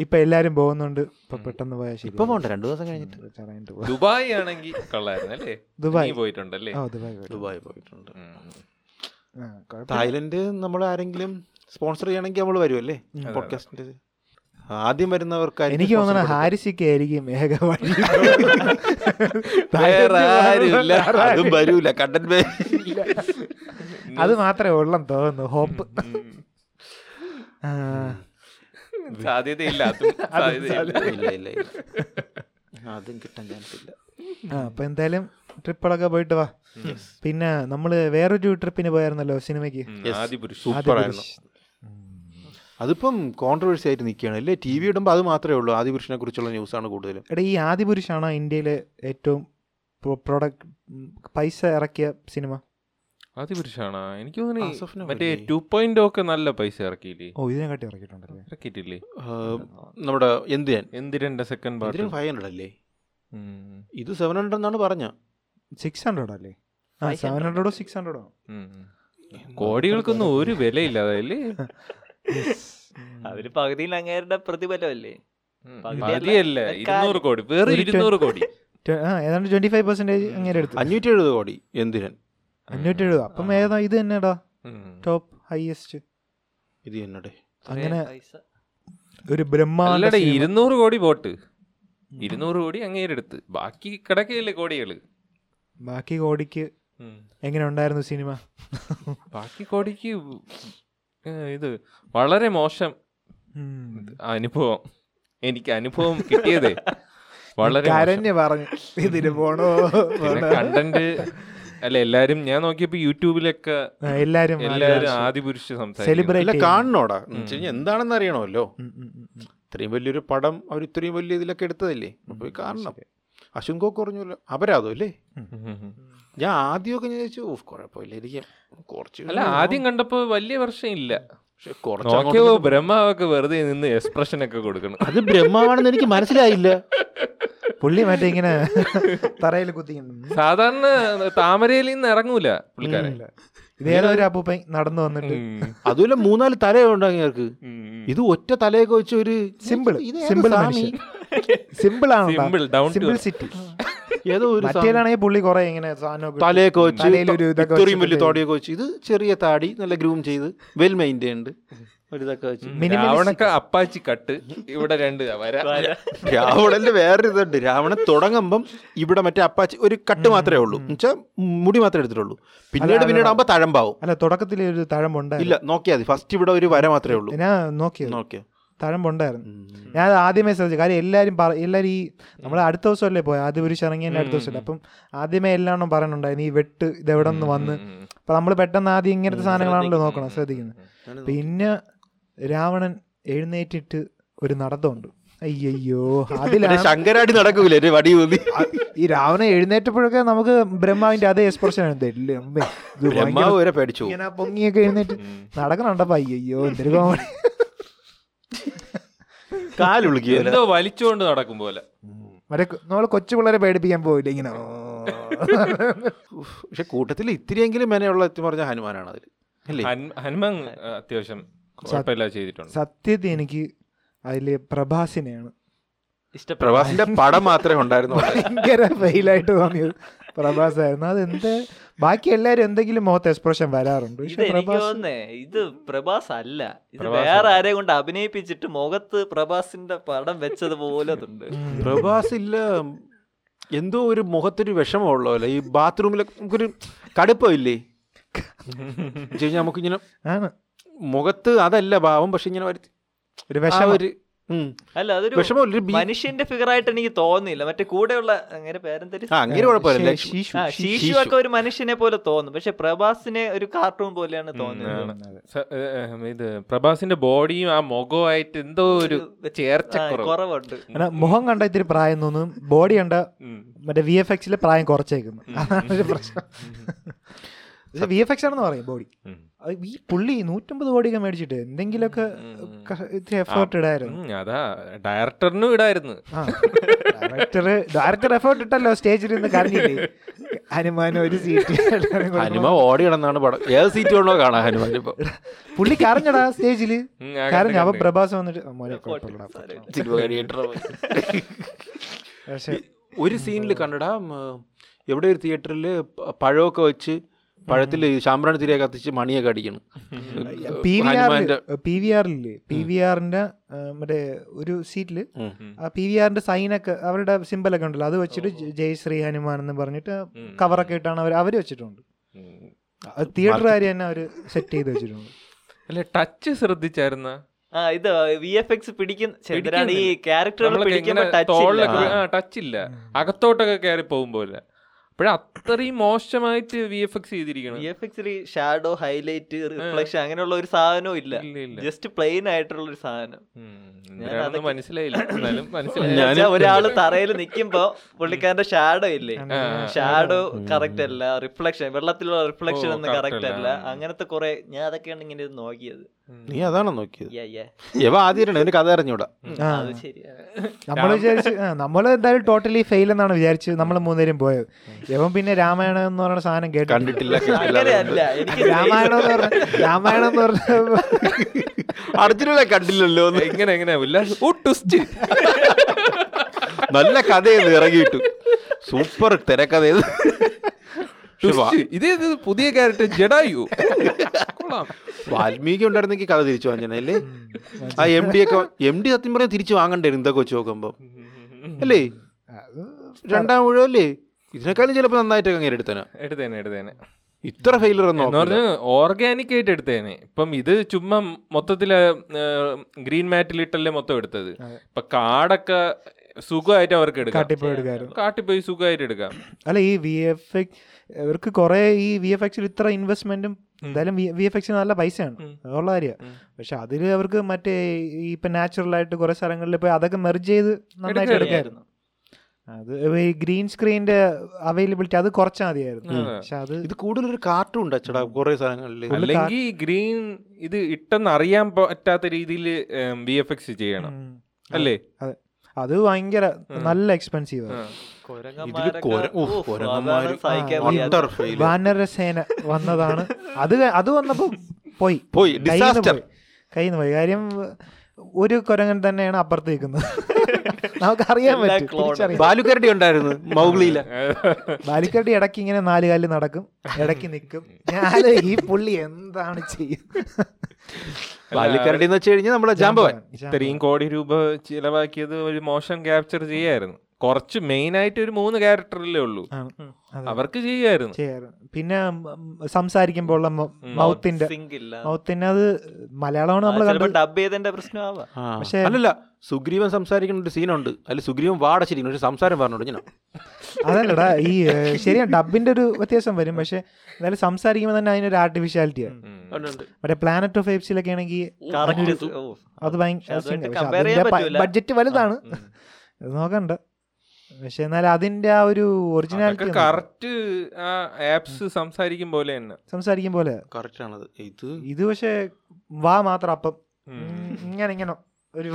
ഇപ്പൊ എല്ലാരും പോകുന്നുണ്ട് ഇപ്പൊ പെട്ടെന്ന് പോയാൽ ശരി
ഇപ്പൊ പോണ്ട രണ്ടു ദിവസം കഴിഞ്ഞിട്ട്
ചെറുതായിട്ട് പോവാം.
ദുബായ് ആണെങ്കിൽ കൊള്ളായിരുന്നു അല്ലേ
ദുബായ്.
നീ പോയിട്ടുണ്ടല്ലേ
ഓ ദുബായ് പോയി.
ദുബായ് പോയിട്ടുണ്ട്
ഉം.
ആ, കുഴപ്പമില്ല.
തായ്ലൻഡ് നമ്മൾ ആരെങ്കിലും സ്പോൺസർ ചെയ്യണമെങ്കിൽ നമ്മൾ വരുമല്ലേ പോഡ്കാസ്റ്റിന്റെ ആദ്യം വരുന്നവർക്ക്
എനിക്ക് തോന്നുന്നു ഹാരിസിക്ക് ആയിരിക്കും ഏക വഴി
വേറെ
തായ്ലൻഡ്
ആരുമില്ല
വേറെ
അതും വരൂല കണ്ടന്റ്
അത് മാത്രമേ ഉള്ളെന്ന് തോന്നുന്നു ഹോപ്പ് ആ,
സാധ്യതയില്ല അതും സാധ്യതയില്ല
ഇല്ല ഇല്ല ഇല്ല അതും കിട്ടാൻ ചാൻസ് ഇല്ല
ആ, അപ്പൊ എന്തായാലും ട്രിപ്പുകളൊക്കെ പോയിട്ട് വാ പിന്നെ നമ്മള് വേറൊരു ട്രിപ്പിന് പോയായിരുന്നല്ലോ സിനിമയ്ക്ക്
ഉം,
Yes.
ആദിപുരുഷ്
സൂപ്പർ ആയിരുന്നു അതിപ്പം കോൺട്രവേഴ്സി ആയിട്ട് നിൽക്കുകയാണ് അല്ലേ ടി വി ഇടുമ്പോൾ അത് മാത്രമേ ഉള്ളൂ ആദിപുരുഷനെ കുറിച്ചുള്ള ന്യൂസാണ് കൂടുതലും
എടാ ഈ ആദിപുരുഷാണോ ഇന്ത്യയിലെ ഏറ്റവും പ്രൊഡക്റ്റ് പൈസ ഇറക്കിയ സിനിമ
ആദിപുരുഷാണോ എനിക്ക് തോന്നുന്നു
ആസഫിനെ
മറ്റേ
പോയില്ലേ?
ടു പോയിന്റ് ഒക്കെ നല്ല പൈസ ഇറക്കിയില്ലേ
ഓ ഇതിനെക്കാട്ടി ഇറക്കിയിട്ടുണ്ടല്ലേ
ഇറക്കിയിട്ടില്ലേ
ആ, നമ്മുടെ എന്തിനാൻ
എന്തിരന്റെ സെക്കൻഡ് പാർട്ട്
എന്തിനും ഫൈവ് ഹൺഡ്രഡ് അല്ലേ ഇത് സെവൻ ഹൺഡ്രഡ് എന്നാണ് പറഞ്ഞ
സിക്സ് ഹൺഡ്രഡോ അല്ലേ ആ സെവൻ ഹൺഡ്രഡോ സിക്സ് ഹൺഡ്രഡോ
കോടികൾക്കൊന്നും ഒരു വിലയില്ല അതല്ലേ
അവര് പകുതിയിൽ അങ്ങേരുടെ പ്രതിഫലമല്ലേ പകുതിയല്ല.
മതിയല്ല ഇരുന്നൂറ് കോടി വേറെ
ഒരു
ഇരുന്നൂറ് കോടി
ആ ഏതാണ്ട് ട്വന്റി ഫൈവ് പെർസെന്റേജ് അങ്ങനെ എടുത്തു
അഞ്ഞൂറ്റി എഴുപത് കോടി എന്തിനൻ
അഞ്ഞൂറ്റി എഴുപത് അപ്പം ഏതാ ഇത് തന്നെടാ
ഉം.
ടോപ്പ് ഹൈയസ്റ്റ്
ഇത് എന്നടെ
അങ്ങനെ
പൈസ
ഒരു ബ്രഹ്മാണ്ട
അല്ലടാ
സിനിമ.
ഇരുന്നൂറ് കോടി പോട്ട് ഇരുന്നൂറ് കോടി അങ്ങേരെടുത്ത് ബാക്കി കിടക്കയില്ലേ കോടികള്
ബാക്കി കോടിക്ക്
ഉം.
എങ്ങനെ ഉണ്ടായിരുന്നു സിനിമ
ബാക്കി കോടിക്ക് ഏ, ഇത് വളരെ മോശം
ഉം.
അനുഭവം എനിക്ക് അനുഭവം കിട്ടിയതേ വളരെ മോശം.
കരഞ്ഞ് പറഞ്ഞു ഇതിന് പോണോ
പിന്നെ കണ്ടന്റ് അല്ല എല്ലാരും ഞാൻ നോക്കിയപ്പോ യൂട്യൂബിലൊക്കെ
ആ, എല്ലാരും
എല്ലാരും ആദ്യ പുരുഷ സംസാരിക്കും
അല്ല
സെലിബ്രേറ്റ്
കാണണോടാ എന്ന് വെച്ച് കഴിഞ്ഞാൽ എന്താണെന്ന് അറിയണമല്ലോ
ഉം.
ഇത്രയും വലിയൊരു പടം അവർ ഇത്രയും വലിയ ഇതിലൊക്കെ എടുത്തതല്ലേ അപ്പോൾ കാണണം അശ്വിൻ കോക്ക് പറഞ്ഞല്ലോ അപരാധം അല്ലേ ഞാൻ ആദ്യമൊക്കെ ഞാൻ ചോദിച്ചു ഓഫ് കുഴപ്പമില്ലായിരിക്കും കുറച്ച്
അല്ല ആദ്യം കണ്ടപ്പോ വലിയ പ്രശ്നം ഇല്ല
പക്ഷെ കുറച്ച് അങ്ങോട്ട്
നോക്കിയപ്പോ ബ്രഹ്മാവൊക്കെ വെറുതെ നിന്ന് എക്സ്പ്രഷൻ ഒക്കെ കൊടുക്കണം
അത് ബ്രഹ്മാവാണെന്ന് എനിക്ക് മനസ്സിലായില്ല
പുള്ളി മറ്റേ ഇങ്ങനെ തറയിൽ കുത്തിക്കുന്നു
സാധാരണ താമരയിൽ നിന്ന് ഇറങ്ങൂല പുള്ളിക്കാരൻ
ഇതേതോ ഒരു അപ്പൂപ്പൻ നടന്നു വന്നിട്ട്
ഉം.
അതുപോലെ മൂന്നാല് തലയുണ്ട് അങ്ങേർക്ക്
ഉം.
ഇത് ഒറ്റ തലയൊക്കെ വെച്ച് ഒരു
സിമ്പിൾ
ഇത് ഏത്
സിമ്പിൾ
സാമി?
മനുഷ്യൻ സിമ്പിൾ
Simple,
ആണ്
down to
simple
earth.
City
ഏതോ ഒരു സാമി.
മറ്റേലാണെങ്കിൽ പുള്ളി കുറെ ഇങ്ങനെ സാധനമൊക്കെ
തലയൊക്കെ വെച്ച്
തലയിലൊരു ഇതൊക്കെ
ഇത്രയും വലിയ
വെച്ചിട്ട്
തോടിയൊക്കെ വെച്ച് ഇത് ചെറിയ താടി നല്ല ഗ്രൂം ചെയ്ത് വെൽ മെയിൻറ്റൈൻഡ് ഒരു ഇതൊക്കെ വെച്ച്
Minimalist.
രാവണക്ക അപ്പാച്ചി കട്ട് ഇവിടെ രണ്ട് വര
രാവണന്റെ വേറൊരു ഇതുണ്ട് രാവണൻ തുടങ്ങുമ്പം ഇവിടെ മറ്റേ അപ്പാച്ചി ഒരു കട്ട് മാത്രമേ ഉള്ളൂ എന്നുവെച്ചാൽ മുടി മാത്രമേ എടുത്തിട്ടുള്ളൂ പിന്നീട് പിന്നീട് ആകുമ്പോൾ തഴമ്പാവും
അല്ല തുടക്കത്തിൽ ഒരു തഴമ്പുണ്ടായിരുന്നു
ഇല്ല നോക്കിയാൽ മതി ഫസ്റ്റ് ഇവിടെ ഒരു വര മാത്രമേ ഉള്ളൂ
ഞാൻ നോക്കിയത്
നോക്കിയാ
തഴമ്പുണ്ടായിരുന്നു ഞാൻ അത് ആദ്യമേ ശ്രദ്ധിച്ചു കാര്യം എല്ലാവരും പറ എല്ലാവരും ഈ നമ്മൾ അടുത്ത ദിവസമല്ലേ പോയത് ആദ്യ പുരുഷ ഇറങ്ങിയതിൻ്റെ അടുത്ത ദിവസമല്ലേ അപ്പം ആദ്യമേ എല്ലാവരും പറയുന്നുണ്ടായിരുന്നു ഈ വെട്ട് ഇത് എവിടെ നിന്ന് വന്ന് അപ്പം നമ്മൾ പെട്ടെന്ന് ആദ്യം ഇങ്ങനത്തെ സാധനങ്ങളാണല്ലോ നോക്കണം ശ്രദ്ധിക്കുന്നത് പിന്നെ രാവണൻ എഴുന്നേറ്റിട്ട് ഒരു നടത്തമുണ്ട് അയ്യോ
മറ്റേ
അതിലാണ്
ശങ്കരാടി നടക്കൂലേ ഒരു വടി ഊതി
ഈ രാവണൻ എഴുന്നേറ്റപ്പോഴൊക്കെ നമുക്ക് ബ്രഹ്മാവിന്റെ അതേ എക്സ്പ്രഷൻ
ബ്രഹ്മാവ് വരെ പേടിച്ചു പോകും.
ഇങ്ങനെ പൊങ്ങിയൊക്കെ എഴുന്നേറ്റ് നടക്കണുണ്ടപ്പോ അയ്യോ എന്തൊരു കോമഡി
കാലുളുക്കിയല്ല
എന്തോ വലിച്ചുകൊണ്ട് നടക്കും പോലെ
മറ്റേ നമ്മൾ കൊച്ചു പിള്ളേരെ പേടിപ്പിക്കാൻ പോയില്ല ഇങ്ങനെ ഓ.
പക്ഷെ കൂട്ടത്തിൽ ഇത്തിരിയെങ്കിലും മെനയുള്ള എത്തി പറഞ്ഞ ഹനുമാനാണ് അതിൽ അല്ലേ
ഹൻ- ഹനുമാൻ അഹ്, അത്യാവശ്യം കുഴപ്പമില്ല ചെയ്തിട്ടുണ്ട്
സത്യത്തിൽ എനിക്ക് അതിൽ പ്രഭാസിനെയാണ്
ഇഷ്ടപ്പെട്ടു
പ്രവാസിന്റെ പടം മാത്രമേ ഉണ്ടായിരുന്നുള്ളൂ
ഭയങ്കര ഫെയിലായിട്ട് തോന്നിയത് പ്രഭാസായിരുന്നു അതെന്ത് ബാക്കി എല്ലാവരും എന്തെങ്കിലും മുഖത്ത് എക്സ്പ്രഷൻ വരാറുണ്ട്
ഇത്
പക്ഷെ
എനിക്ക്
പ്രഭാസ്
തോന്നുന്നേ ഇത് പ്രഭാസ് അല്ല ഇത്
പ്രഭാസ്
വേറെ
അല്ല.
ആരെ കൊണ്ട് അഭിനയിപ്പിച്ചിട്ട് മുഖത്ത് പ്രഭാസിന്റെ പടം വെച്ചത് പോലെ ഉണ്ട്
പ്രഭാസ് ഇല്ല എന്തോ ഒരു മുഖത്തൊരു വിഷമമുള്ള പോലെ ഈ ബാത്റൂമിലൊക്കെ നമുക്കൊരു കടുപ്പമില്ലേ എന്ന് വെച്ചാൽ നമുക്കിങ്ങനെ
ആണ്
മുഖത്ത് അതല്ല ഭാവം പക്ഷെ ഇങ്ങനെ വരുത്തി
ഒരു
ആ
വിഷമം
ഒരു ഉം.
അല്ല അതൊരു
വിഷമമില്ല ഒരു ബി-
മനുഷ്യന്റെ figure ആയിട്ട് എനിക്ക് തോന്നിയില്ല മറ്റേ കൂടെയുള്ള അങ്ങനെ പേരെന്തര്
ആ അങ്ങനെ കുഴപ്പമില്ല
ശേ- ശീശു,
ആ
ശീശു.
ശീശു ഒക്കെ ഒരു മനുഷ്യനെ പോലെ തോന്നും പക്ഷെ പ്രഭാസിനെ ഒരു കാർട്ടൂൺ പോലെയാണ് തോന്നുന്നത്
സ- ഏ, ഏ, ഇത് പ്രഭാസിന്റെ ബോഡിയും ആ മുഖവുമായിട്ട് എന്തോ ഒരു
ആ,
ചേർച്ചക്കുറവ്
കുറവുണ്ട്
അങ്ങനെ മുഖം കണ്ട ഇത്തിരി പ്രായം തോന്നും ബോഡി കണ്ട
ഉം.
മറ്റേ വി എഫ് എക്സിലെ പ്രായം കുറച്ചേക്കുന്നു അതാണ് ഒരു പ്രശ്നം വി എഫ് എക്സ് ആണെന്ന് പറയും ബോഡി
ഉം.
ഈ പുള്ളി നൂറ്റമ്പത് കോടിയൊക്കെ മേടിച്ചിട്ട് എന്തെങ്കിലുമൊക്കെ ക- ഇത്തിരി എഫേർട്ട് ഇടായിരുന്നു
ഉം, അതാ ഡയറക്ടറിനും ഇടായിരുന്നു
ആ ഡയറക്ടർ ഡയറക്ടർ എഫേർട്ട് ഇട്ടല്ലോ സ്റ്റേജിൽ നിന്ന് കരഞ്ഞില്ലേ ഹനുമാൻ ഒരു സീറ്റ്
ഹനുമ ഓടി കിടന്നാണ് പടം ഏത് സീറ്റ് വേണോ കാണാം ഹനുമാൻ ഇപ്പൊ
പുള്ളി കരഞ്ഞടാ സ്റ്റേജില്
ഉം, ആ
കരഞ്ഞു അപ്പൊ
കണ്ട്
പ്രഭാസ് വന്നിട്ട് "ആ, മോനെ കുഴപ്പമില്ലടാ."
സിനിമ കണ്ടിട്ട്
പക്ഷെ
ഒരു സീനിൽ കണ്ടടാ ഉം, എവിടെ ഒരു തിയേറ്ററിൽ പഴമൊക്കെ വെച്ച് പഴത്തിൽ ശാമ്പ്രാണി തിരിയെ കത്തിച്ച് മണിയൊക്കെ അടിക്കണം
പി വി ആറിൽ
ഹനുമാന്റെ
പി വി ആറില്ലേ പി വി ആറിന്റെ മറ്റേ ഒരു സീറ്റില്
ഉം.
ആ പി വി ആറിന്റെ സൈനൊക്കെ അവരുടെ സിമ്പലൊക്കെ ഉണ്ടല്ലോ അത് വെച്ചിട്ട് ജ- ജയ് ശ്രീ ഹനുമാൻ എന്ന് പറഞ്ഞിട്ട് കവറൊക്കെ ഇട്ടാണ് അവർ അവർ വെച്ചിട്ടുണ്ട്
ഉം.
തിയേറ്ററുകാർ തന്നെ അവർ സെറ്റ് ചെയ്ത് വെച്ചിട്ടുണ്ട്
അല്ല ടച്ച് ശ്രദ്ധിച്ചായിരുന്ന
ആ ഇത് വി എഫ് എക്സ് പിടിക്കുന്ന ചന്ദ്രാണ് ഈ ക്യാരക്ടറുകൾ
നമ്മളൊക്കെ
പിടിക്കുമ്പോ
ഇങ്ങനെ
ടച്ച്
തോളിലൊക്കെ
ഇല്ല.
ആ ടച്ച് ഇല്ല അകത്തോട്ടൊക്കെ കയറി പോകുമ്പോലെ അപ്പോഴ അത്രയും മോശമായിട്ട് വി എഫ് എക്സ് ചെയ്തിരിക്കണം
വി എഫ് എക്സിൽ ഷാഡോ ഹൈലൈറ്റ് റിഫ്ലക്ഷൻ അങ്ങനെയുള്ള ഒരു സാധനവും ഇല്ല
ഇല്ല ഇല്ല
ജസ്റ്റ് പ്ലെയിൻ ആയിട്ടുള്ള ഒരു സാധനം
ഉം,
ഞാൻ
എന്തിനാണെന്ന്
അതൊക്കെ-
മനസ്സിലായില്ല എന്നാലും
ഞാൻ-
മനസ്സിലായി
എന്നുവെച്ചാ ഒരാള് തറയിൽ നിക്കുമ്പോ പുള്ളിക്കാരന്റെ ഷാഡോ ഇല്ലേ
ആ, ആ.
ഷാഡോ കറക്റ്റ് അല്ല റിഫ്ലക്ഷൻ വെള്ളത്തിലുള്ള റിഫ്ലക്ഷൻ
ഓ,
ഒന്നും
correct
കറക്റ്റ് അല്ല
അല്ല.
അങ്ങനത്തെ കുറെ ഞാൻ അതൊക്കെയാണ് ഇങ്ങനെ ഇരുന്ന് നോക്കിയത്
നീ അതാണോ നോക്കിയത്
Yeah, yeah.
എവ ആദ്യം എന്റെ കഥ അറിഞ്ഞൂടാ
ആ.
അത് ശരിയാ
നമ്മൾ വിചാരിച്ച് നമ്മൾ എന്തായാലും ടോട്ടലി ഫെയിൽ എന്നാണ് വിചാരിച്ച് നമ്മൾ മൂന്നുപേരും പോയത് ഇവൻ പിന്നെ രാമായണം എന്ന് പറയുന്ന സാധനം കേട്ടിട്ടില്ല
കണ്ടിട്ടില്ല
അങ്ങനെയല്ല എനിക്ക്
രാമായണം എന്ന് പറഞ്ഞ രാമായണം എന്ന് പറഞ്ഞ
അർജുനെ കണ്ടില്ലല്ലോ എന്ന്.
എങ്ങനെ എങ്ങനെ ഉല്ലാസ് ഓ ട്വിസ്റ്റ്
നല്ല കഥയെന്ന് ഇറങ്ങിയിട്ടു സൂപ്പർ തിരക്കഥയത്
ഇതേ ഇത് പുതിയ ക്യാരക്ടർ ജഡായു കൊള്ളാം
വാൽമീകി ഉണ്ടായിരുന്നെങ്കിൽ കഥ തിരിച്ചു വാങ്ങിച്ചല്ലേ ആ എം ഡി ഒക്കെ എം ഡി സത്യം പറയാൻ തിരിച്ചു വാങ്ങണ്ടായിരുന്നു ഇതൊക്കെ വെച്ച് നോക്കുമ്പോ അല്ലേ രണ്ടാം മുഴുവൻ അല്ലേ ഇതിനേക്കാളും ചിലപ്പോൾ നന്നായിട്ടൊക്കെ അങ്ങനെ എടുത്തേനെ
എടുത്തേനെ എടുത്തേനെ
ഇത്ര ഫെയിലർ എന്നോ
എന്ന് പറഞ്ഞാൽ ഓർഗാനിക് ആയിട്ട് എടുത്തേനെ ഇപ്പം ഇത് ചുമ്മാ മൊത്തത്തിൽ ഗ്രീൻ മാറ്റിലിട്ടല്ലേ മൊത്തം എടുത്തത് ഇപ്പൊ കാടൊക്കെ സുഖമായിട്ട് അവർക്ക് എടുക്കാം
കാട്ടിപ്പോയി എടുക്കാമായിരുന്നു
കാട്ടിൽ പോയി സുഖമായിട്ട് എടുക്കാം
അല്ല ഈ വി എഫ് എക്സ് ഇവർക്ക് കുറെ ഈ വി എഫ് എക്സിൽ ഇത്ര ഇൻവെസ്റ്റ്മെന്റും എന്തായാലും വി എഫ് എക്സിന് നല്ല പൈസയാണ് അതുള്ള കാര്യമാണ് പക്ഷെ അതിൽ അവർക്ക് മറ്റേ ഈ ഇപ്പൊ നാച്ചുറൽ ആയിട്ട് കുറെ സ്ഥലങ്ങളിൽ പോയി അതൊക്കെ മെർജ് ചെയ്ത് നന്നായിട്ട് എടുക്കായിരുന്നു അത് ഈ ഗ്രീൻ സ്ക്രീനിന്റെ അവൈലബിലിറ്റി അത് കുറച്ചാൽ മതിയായിരുന്നു പക്ഷെ അത്
ഇത് കൂടുതലൊരു കാർട്ടൂൺ ടച്ചടാ കുറെ സ്ഥലങ്ങളിൽ
അല്ലെങ്കിൽ ഗ്രീൻ ഇത് ഇട്ടെന്ന് അറിയാൻ പറ്റാത്ത രീതിയിൽ വി എഫ് എക്സ് ചെയ്യണം
ഉം,
അല്ലേ
അതെ അത് ഭയങ്കര നല്ല എക്സ്പെൻസീവ് ആണ്
കുരങ്ങന്മാരൊക്കെ-
കൊര- ഉഫ്,
ഉഫ്,
കൊരങ്ങന്മാര്.
അതാണ് സഹിക്കാൻ
Utter
വയ്യാത്ത-
failure.
വാനരസേന വന്നതാണ് അത് ക- അത് വന്നപ്പോ പോയി
പോയി.
കയ്യിന്ന്
Disaster.
പോയി. കയ്യിന്ന് പോയി കാര്യം ഒരു കുരങ്ങൻ തന്നെയാണ് അപ്പുറത്ത് നിൽക്കുന്നത് നമുക്കറിയാൻ
എല്ലാ
പറ്റും
clone.
തിരിച്ചറിയാം.
ബാലുക്കരടി ഉണ്ടായിരുന്നു മൗഗ്ലിയില
ബാലിക്കട്ടി ഇടയ്ക്ക് ഇങ്ങനെ നാല് കാലിൽ നടക്കും ഇടയ്ക്ക് നിൽക്കും ഞാന് ഈ പുള്ളി എന്താണ്
ബാലുക്കരടി എന്ന് വെച്ച് കഴിഞ്ഞാൽ നമ്മളെ ജാമ്പവൻ
ചെയ്യുന്നത്
ഇത്രയും കോടി രൂപ ചിലവാക്കിയത് ഒരു മോശം ക്യാപ്ചർ ചെയ്യായിരുന്നു കുറച്ച് മെയിൻ ആയിട്ട് ഒരു മൂന്ന് ക്യാരക്ടറിലേ ഉള്ളൂ അവർക്ക് ചെയ്യായിരുന്നു
പിന്നെ സംസാരിക്കുമ്പോൾ ഉള്ള മൗത്തിന്റെ
sync ഇല്ല.
മൗത്തിന്റെ അത് മലയാളമാണ്
ആ,
നമ്മൾ
ചിലപ്പോ
കണ്ടത്
ഡബ് ചെയ്തതിന്റെ പ്രശ്നമാവാം
പക്ഷേ-
അല്ലല്ല സുഗ്രീവൻ സംസാരിക്കുന്ന ഒരു സീനുണ്ട് അതിൽ സുഗ്രീവൻ വാടച്ചിരിക്കുന്നു ഒരു സംസാരം പറഞ്ഞോണ്ട് ഞാൻ
അതല്ലടാ ഈ ഏഹ്, ശരിയാ ഡബിന്റെ ഒരു വ്യത്യാസം വരും പക്ഷെ എന്തായാലും സംസാരിക്കുമ്പോൾ തന്നെ അതിനൊരു ആർട്ടിഫിഷ്യാലിറ്റിയാണ് മറ്റേ പ്ലാനറ്റ് ഓഫ് ഏപ്സിലൊക്കെ ആണെങ്കിൽ
Correct. ഓ.
അത്
അതുമായിട്ട് compare ചെയ്യാൻ പറ്റൂല.
ബഡ്ജറ്റ് വലുതാണ് അത് നോക്കണ്ട പക്ഷെ എന്നാൽ അതിന്റെ ആ ഒരു ഒറിജിനാലിറ്റി
കറക്റ്റ് ആ ആപ്സ് സംസാരിക്കും പോലെ തന്നെ
സംസാരിക്കും പോലെ
കറക്റ്റ് ആണത് ഇത്
ഇത് പക്ഷെ വാ മാത്രം അപ്പം
ഉം.
ഉം, ഇങ്ങനെ ഇങ്ങനെ ഒരു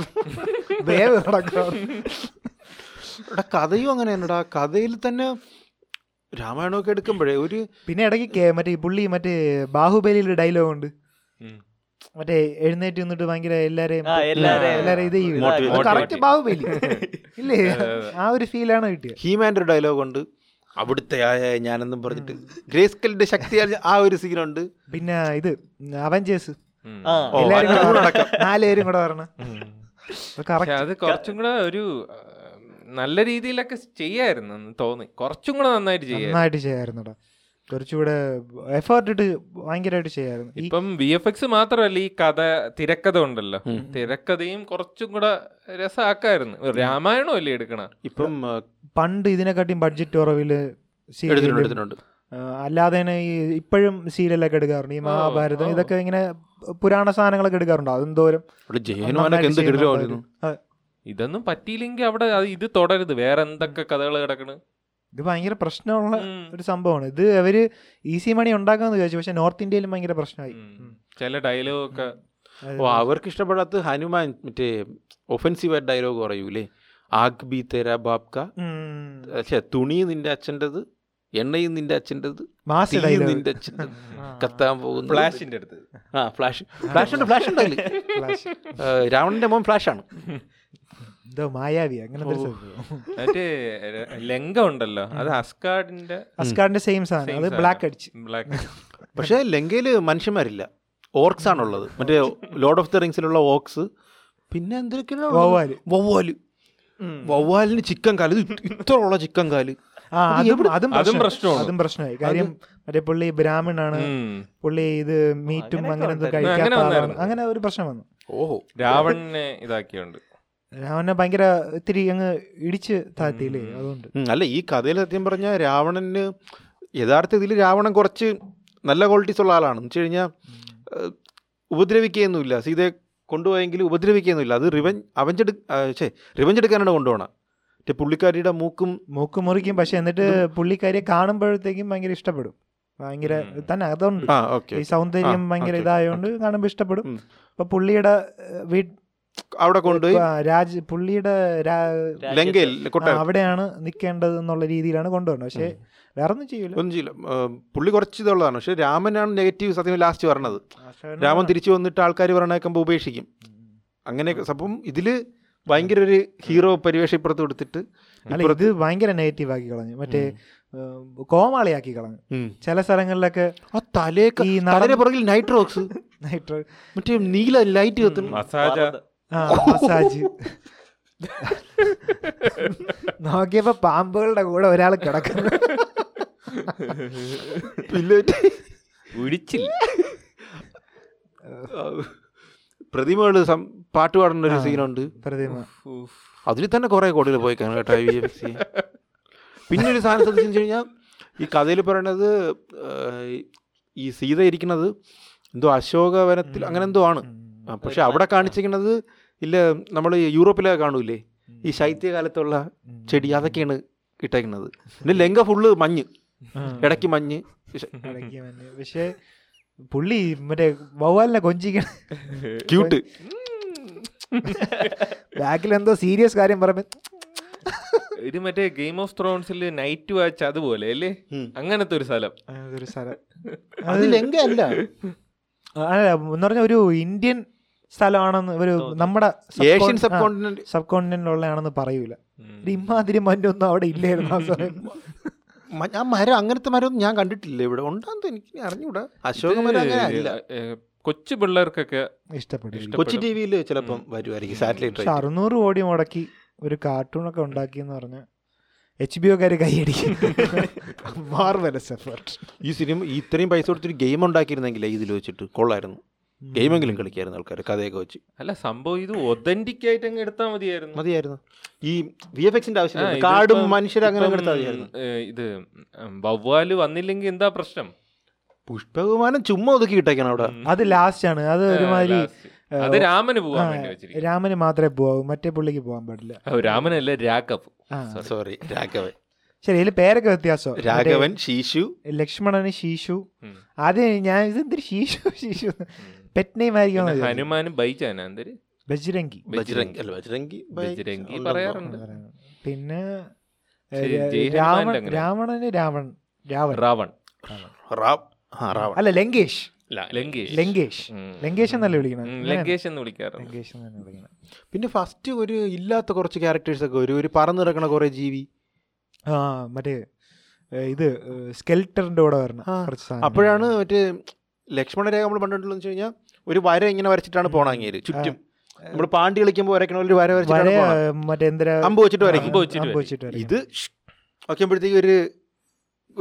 വേവ് നടക്കും
എടാ കഥയും അങ്ങനെ തന്നെടാ കഥയിൽ തന്നെ രാമായണമൊക്കെ എടുക്കുമ്പോഴേ ഒരു
പിന്നെ ഇടയ്ക്ക് കേ- മറ്റേ ഈ പുള്ളി മറ്റേ ബാഹുബലിയിൽ ഡയലോഗ് ഉണ്ട് മറ്റേ എഴുന്നേറ്റ് നിന്നിട്ട് ഭയങ്കര എല്ലാരെയും
ആ, എല്ലാരെയും-
എല്ലാരെയും ഇത് ചെയ്യും
Motivate-
കറക്റ്റ്
motivate.
ബാഹുബലി ഇല്ലേ ആ ഒരു ഫീലാണ് കിട്ടിയത്
ഹീമാൻ്റെ ഒരു ഡയലോഗ് ഉണ്ട് അവിടുത്തെ ആയ ഞാനെന്നും പറഞ്ഞിട്ട് ഗ്രേസ്കലിന്റെ ശക്തി ആ ഒരു സീനുണ്ട്
പിന്നെ ഇത് അവഞ്ചേഴ്സ്
ആ.
ഉം.
ഓ,
എല്ലാരും
അത്
കൂടെ
അടക്കം.
നാലുപേരും കൂടെ വരണം
പക്ഷെ
കറക്റ്റ്
അത് കുറച്ചും കൂടെ ഒരു ആ, നല്ല രീതിയിലൊക്കെ ചെയ്യായിരുന്നു എന്ന് തോന്നി കുറച്ചും കൂടെ നന്നായിട്ട് ചെയ്യായിരുന്നു
നന്നായിട്ട് ചെയ്യായിരുന്നുടാ കുറച്ചുകൂടെ എഫേർട്ട് ഇട്ട് ഭയങ്കരമായിട്ട് ചെയ്യായിരുന്നു ഈ
ഇപ്പം വി എഫ് എക്സ് മാത്രമല്ല ഈ കഥ തിരക്കഥ ഉണ്ടല്ലോ തിരക്കഥയും കുറച്ചും കൂടെ രസമാക്കായിരുന്നു രാമായണം അല്ലേ എടുക്കണ
ഇപ്പം ആ,
പണ്ട് ഇതിനെക്കാട്ടിയും ബഡ്ജറ്റ് കുറവില് serial
എടുത്തിട്ടുണ്ട് എടുത്തിട്ടുണ്ട്
ആ, അല്ലാതെ തന്നെ ഈ ഇപ്പോഴും സീരിയലൊക്കെ എടുക്കാറുണ്ട് ഈ മഹാഭാരതം ഇതൊക്കെ ഇങ്ങനെ പുരാണ സാധനങ്ങളൊക്കെ എടുക്കാറുണ്ട് അതെന്തോരം
അവിടെ ജയനുമാനൊക്കെ
നന്നായിട്ട്
എന്ത്
ചെയ്യുന്ന
കിടലായിരുന്നു
ആൾക്കാര്. അതെ.
ഇതൊന്നും പറ്റിയില്ലെങ്കിൽ അവിടെ അത് ഇത് തുടരുത് വേറെ എന്തൊക്കെ കഥകൾ കിടക്കണ്
ഇത് ഭയങ്കര പ്രശ്നമുള്ള
ഉം.
ഒരു സംഭവമാണ് ഇത് അവര് ഈസി മണി ഉണ്ടാക്കാന്ന് വിചാരിച്ചു പക്ഷെ നോർത്ത് ഇന്ത്യയിലും ഭയങ്കര പ്രശ്നമായി
ഉം. ചില ഡയലോഗ് ഒക്കെ
അത്
ഓ അവർക്ക് ഇഷ്ടപ്പെടാത്ത ഹനുമാൻ മറ്റേ ഒഫെൻസീവായിട്ട് ഡയലോഗ് പറയൂലേ ആഗ് ബി തേരാ ബാബ്ക
ഉം.
പക്ഷേ തുണി നിന്റെ അച്ഛൻ്റെത് എണ്ണയും നിന്റെ അച്ഛൻ്റെത്
മാസ്
തീയും
dialogue.
നിന്റെ അച്ഛൻ്റെത് കത്താൻ പോകുന്നു
ഫ്ലാഷിന്റെ അടുത്ത്
ആ ഫ്ലാഷ് ഫ്ലാഷ് ഉണ്ട് ഫ്ലാഷ് ഉണ്ടല്ലേ
Flash.
രാവണന്റെ മോൻ ഫ്ലാഷ് ആണ്
എന്തോ മായാവി അങ്ങനെ എന്തോ ഒരു സംഭവം.
മറ്റേ ര- ലങ്ക ഉണ്ടല്ലോ അത് അസ്കാർഡിന്റെ
അസ്കാറിന്റെ സെയിം സാധനം അത് ബ്ലാക്ക് അടിച്ച്
ബ്ലാക്ക്
പക്ഷേ ലങ്കയിൽ മനുഷ്യന്മാരില്ല ഓർക്സ് ആണുള്ളത് മറ്റേ ലോർഡ് ഓഫ് ദ റിങ്സിലുള്ള ഓക്സ് പിന്നെ എന്തൊക്കെയാണ് ഉള്ളത്?
വവ്വാല്.
വവ്വാല് വവ്വാലിന് ചിക്കൻ കാല് ഇത് ഇത്ര ഉള്ള ചിക്കൻ കാല്
ആ
അത്
അതും
എവിടെ-
അതും
അതും
പ്രശ്നമായി.
പ്രശ്നമാണ്.
അതും പ്രശ്നമായി കാര്യം മറ്റേ പുള്ളി ബ്രാഹ്മണാണ് പുള്ളി ഇത് മീറ്റും അങ്ങനെ ഒന്നും
അങ്ങനെയൊക്കെ ഉണ്ടായിരുന്നു.
കഴിക്കാത്ത
അങ്ങനെ
ആളാണ്
വന്നായിരുന്നു.
അങ്ങനെ ഒരു പ്രശ്നം വന്നു
ഓഹോ
രാവണനെ ഇതാക്കിയുണ്ട്
രാവണനെ ഭയങ്കര ഇത്തിരി അങ്ങ് ഇടിച്ച് താഴ്ത്തിയില്ലേ അതുകൊണ്ട്
ഉം, അല്ല ഈ കഥയിൽ സത്യം പറഞ്ഞാൽ രാവണന് യഥാർത്ഥ ഇതിൽ രാവണൻ കുറച്ച് നല്ല ക്വാളിറ്റീസ് ഉള്ള ആളാണ് എന്ന് വെച്ച് കഴിഞ്ഞാൽ ഉപദ്രവിക്കുകയൊന്നുമില്ല സീതയെ കൊണ്ടുപോയെങ്കിൽ ഉപദ്രവിക്കുകയൊന്നുമില്ല അത് റിവൻ അവഞ്ചെടു ഛേ റിവഞ്ച് എടുക്കാനാണ് കൊണ്ടുപോകണം മറ്റേ പുള്ളിക്കാരിയുടെ മൂക്കും
മൂക്ക് മുറിക്കും പക്ഷെ എന്നിട്ട് പുള്ളിക്കാരിയെ കാണുമ്പോഴത്തേക്കും ഭയങ്കര ഇഷ്ടപ്പെടും ഭയങ്കര തന്നെ അതുണ്ട്
ആ ഓക്കെ
ഈ സൗന്ദര്യം
ആ,
ഭയങ്കര
okay,
ഇതായതുകൊണ്ട് കാണുമ്പോൾ ഇഷ്ടപ്പെടും
ഉം.
അപ്പൊ പുള്ളിയുടെ ഏഹ്, വീട്
അവിടെ കൊണ്ടുപോയി
ആ, രാജ് പുള്ളിയുടെ രാ-
രാജ്യത്ത്
ലങ്കയിൽ
ആ,
കൊട്ടാരം
അവിടെയാണ് നിൽക്കേണ്ടത് എന്നുള്ള രീതിയിലാണ് കൊണ്ടുവന്നത് പക്ഷേ വേറെ ഒന്നും ചെയ്യൂല
ഒന്നും ചെയ്യില്ല ആ, പുള്ളി കുറച്ച് ഇതുള്ളതാണ് പക്ഷേ രാമനാണ് നെഗറ്റീവ് സത്യം ലാസ്റ്റ് പറഞ്ഞത് രാമൻ തിരിച്ചു വന്നിട്ട് ആൾക്കാർ പറഞ്ഞേക്കുമ്പോൾ ഉപേക്ഷിക്കും അങ്ങനെയൊക്കെ അപ്പം ഇതിൽ ഭയങ്കര ഒരു ഹീറോ പരിവേഷം ഇപ്പുറത്ത് കൊടുത്തിട്ട്
അല്ല ഇത് ഭയങ്കര നെഗറ്റീവ് ആക്കി കളഞ്ഞു മറ്റേ ഏഹ്, കോമാളിയാക്കി കളഞ്ഞു
ഉം.
ചില സ്ഥലങ്ങളിലൊക്കെ
ആ തലയൊക്കെ
ഈ നടൻ-
തലയുടെ പുറകിൽ നൈട്രോക്സ്
നൈട്രോ
മറ്റേ നീല ലൈറ്റ് കത്തും
മസാജ
ആ മസാജ് നോക്കിയപ്പോ പാമ്പുകളുടെ കൂടെ ഒരാൾ കിടക്കുന്നു
പിന്നെ മറ്റേ
ഒഴിച്ചില്ല
പ്രതിമകള് സം- പാട്ട് പാടുന്ന ഒരു സീനുണ്ട്
പ്രതിമ
അതിൽ തന്നെ കുറേ കോടികൾ പോയിക്കാണ് കേട്ടോ ഐ എഫ് സി പിന്നെ ഒരു സാധനം ശ്രദ്ധിച്ചു കഴിഞ്ഞാൽ ഈ കഥയിൽ പറയണത് ഏഹ്, ഈ സീത ഇരിക്കുന്നത് എന്തോ അശോകവനത്തിൽ അങ്ങനെ എന്തോ ആണ് ആ, പക്ഷെ അവിടെ കാണിച്ചിരിക്കുന്നത് ഇല്ല നമ്മൾ യൂറോപ്പിലെ കാണൂലേ ഈ ശൈത്യകാലത്തുള്ള ചെടി അതൊക്കെയാണ് ഇട്ടേക്കുന്നത് പിന്നെ ലങ്ക ഫുള്ള് മഞ്ഞ് ഇടയ്ക്ക് മഞ്ഞ്
ഇടയ്ക്ക് വന്ന്. പക്ഷേ പുള്ളി മറ്റേ വവ്വാലിനെ കൊഞ്ചിക്കണ
ക്യൂട്ട്
ബാക്കിൽ എന്തോ സീരിയസ് കാര്യം പറഞ്ഞു
ഇത് മറ്റേ ഗെയിം ഓഫ് ത്രോൺസിൽ നൈറ്റ് വാച്ച് അതുപോലെ അല്ലേ അങ്ങനത്തെ ഒരു സ്ഥലം
ആ, അതൊരു സ്ഥലം
അത് ലങ്ക അല്ല
അല്ല എന്ന് പറഞ്ഞ ഒരു ഇന്ത്യൻ സ്ഥലമാണെന്ന് ഒരു നമ്മുടെ
ഏഷ്യൻ സബ് കോണ്ടിനെന്റ്
സബ് കോണ്ടിനുള്ളതാണെന്ന് പറയൂല ഒരു ഇമ്മാതിരി മഞ്ഞൊന്നും അവിടെ ഇല്ലായിരുന്നു ആ സമയം
ആ മരം അങ്ങനത്തെ മരം ഞാൻ കണ്ടിട്ടില്ല ഇവിടെ ഉണ്ടാന്ന് എനിക്ക് അറിഞ്ഞൂടാ അശോക മരം അങ്ങനെ അല്ല
ഏ, കൊച്ചു പിള്ളേർക്കൊക്കെ
ഇഷ്ടപ്പെട്ടു
കൊച്ചി ടി വിയിൽ ചിലപ്പം വരുമായിരിക്കും സാറ്റലൈറ്റ്
പക്ഷെ അറുന്നൂറ് കോടി മുടക്കി ഒരു കാർട്ടൂണൊക്കെ ഉണ്ടാക്കി എന്ന് പറഞ്ഞ എച്ച് ബി ഒക്കാര് കൈയടിക്കും മാർവലസ് എഫേർട്ട്
ഈ സിനിമ ഈ ഇത്രയും പൈസ കൊടുത്തൊരു ഗെയിം ഉണ്ടാക്കിയിരുന്നെങ്കിലേ ഇതിൽ വെച്ചിട്ട് കൊള്ളായിരുന്നു ഗെയിമെങ്കിലും കളിക്കായിരുന്നു ആൾക്കാർ കഥയൊക്കെ വെച്ച്
അല്ല സംഭവം ഇത് ഒതന്റിക് ആയിട്ട് അങ്ങ് എടുത്താൽ മതിയായിരുന്നു
മതിയായിരുന്നു ഈ വി എഫ് എക്സിന്റെ
ആ,
ആവശ്യമില്ല
ഇതിപ്പം-
കാടും മനുഷ്യരും അങ്ങനെ
ഇപ്പം,
എടുത്താൽ മതിയായിരുന്നു
ഏ, ഇത് ഉം, വവ്വാല് വന്നില്ലെങ്കിൽ എന്താ പ്രശ്നം
പുഷ്പകുമാനം ചുമ്മാ ഒതുക്കി ഇട്ടേക്കണം അവിടെ
അത് ലാസ്റ്റ് ആണ് അത് ഒരുമാതിരി
last. അത് രാമന് പോവാൻ വേണ്ടി വെച്ചിരിക്കും
രാമന് മാത്രമേ പോകാവൂ മറ്റേ പുള്ളിക്ക് പോകാൻ പാടില്ല
രാമനല്ല രാഘവ്
ആ
സോറി രാഘവൻ
ശരി ഇതിൽ പേരൊക്കെ വ്യത്യാസം
രാഘവൻ ശീശു
ലക്ഷ്മണന് ശീശു
ഉം.
ആദ്യം ഞാൻ ഇതെന്തൊരു ശീശു ശീശു പെറ്റ്നെയുമായിരിക്കും
ഹനുമാനും ബൈജാന എന്തര്
ബജ്രംഗി
ബജ്രംഗ് അല്ല ബജ്രംഗി ബൈ-
ബജ്രംഗി
ഉണ്ടെന്നോ?
പറയാറുണ്ട്
പിന്നെ ഏ,
ശരി,
രാ-
ജയ് ഹനുമാന്റെ
രാവണ
അങ്ങനെ.
രാവണന് രാവൺ രാവൺ
റാവൺ
റാം ആ റാവൺ
അല്ല ലങ്കേഷ്
ല- ലങ്കേഷ്
ലങ്കേഷ്
ഉം.
ലങ്കേഷ് എന്നല്ലേ വിളിക്കണത്
ഉം,
അങ്ങനെയാണ്.
ലങ്കേഷ് എന്ന് വിളിക്കാറുണ്ട്
ലങ്കേഷ് എന്നാണ് വിളിക്കണത്
പിന്നെ ഫസ്റ്റ് ഒരു ഇല്ലാത്ത കുറച്ച് ക്യാരക്ടേഴ്സ് ഒക്കെ ഒരു ഒരു പറന്നു നടക്കണ കുറെ ജീവി
ആ മറ്റേ ഏ, ഇത് സ്കെൽറ്ററിന്റെ കൂടെ വരണം
ആ,
കുറച്ച് സാധനങ്ങൾ.
അപ്പോഴാണ് മറ്റേ ലക്ഷ്മണരേഖ നമ്മൾ പണ്ടിട്ടുള്ളതെന്ന് വെച്ച് കഴിഞ്ഞാൽ ഒരു വര ഇങ്ങനെ വരച്ചിട്ടാണ് പോണാങ്ങിയത് ചുറ്റും നമ്മൾ പാണ്ടി കളിക്കുമ്പോൾ വരയ്ക്കണ പോലെ ഒരു വര വരച്ചിട്ടാണ്
വരെ
പോണത്.
മറ്റേ എന്തിനാ
അമ്പ് വെച്ചിട്ട് വരയ്ക്കും
അമ്പ് വെച്ചിട്ട്
അമ്പ് വെച്ചിട്ട് വരയ്ക്കും.
ഇത് വയ്ക്കുമ്പോഴത്തേക്ക് ഒരു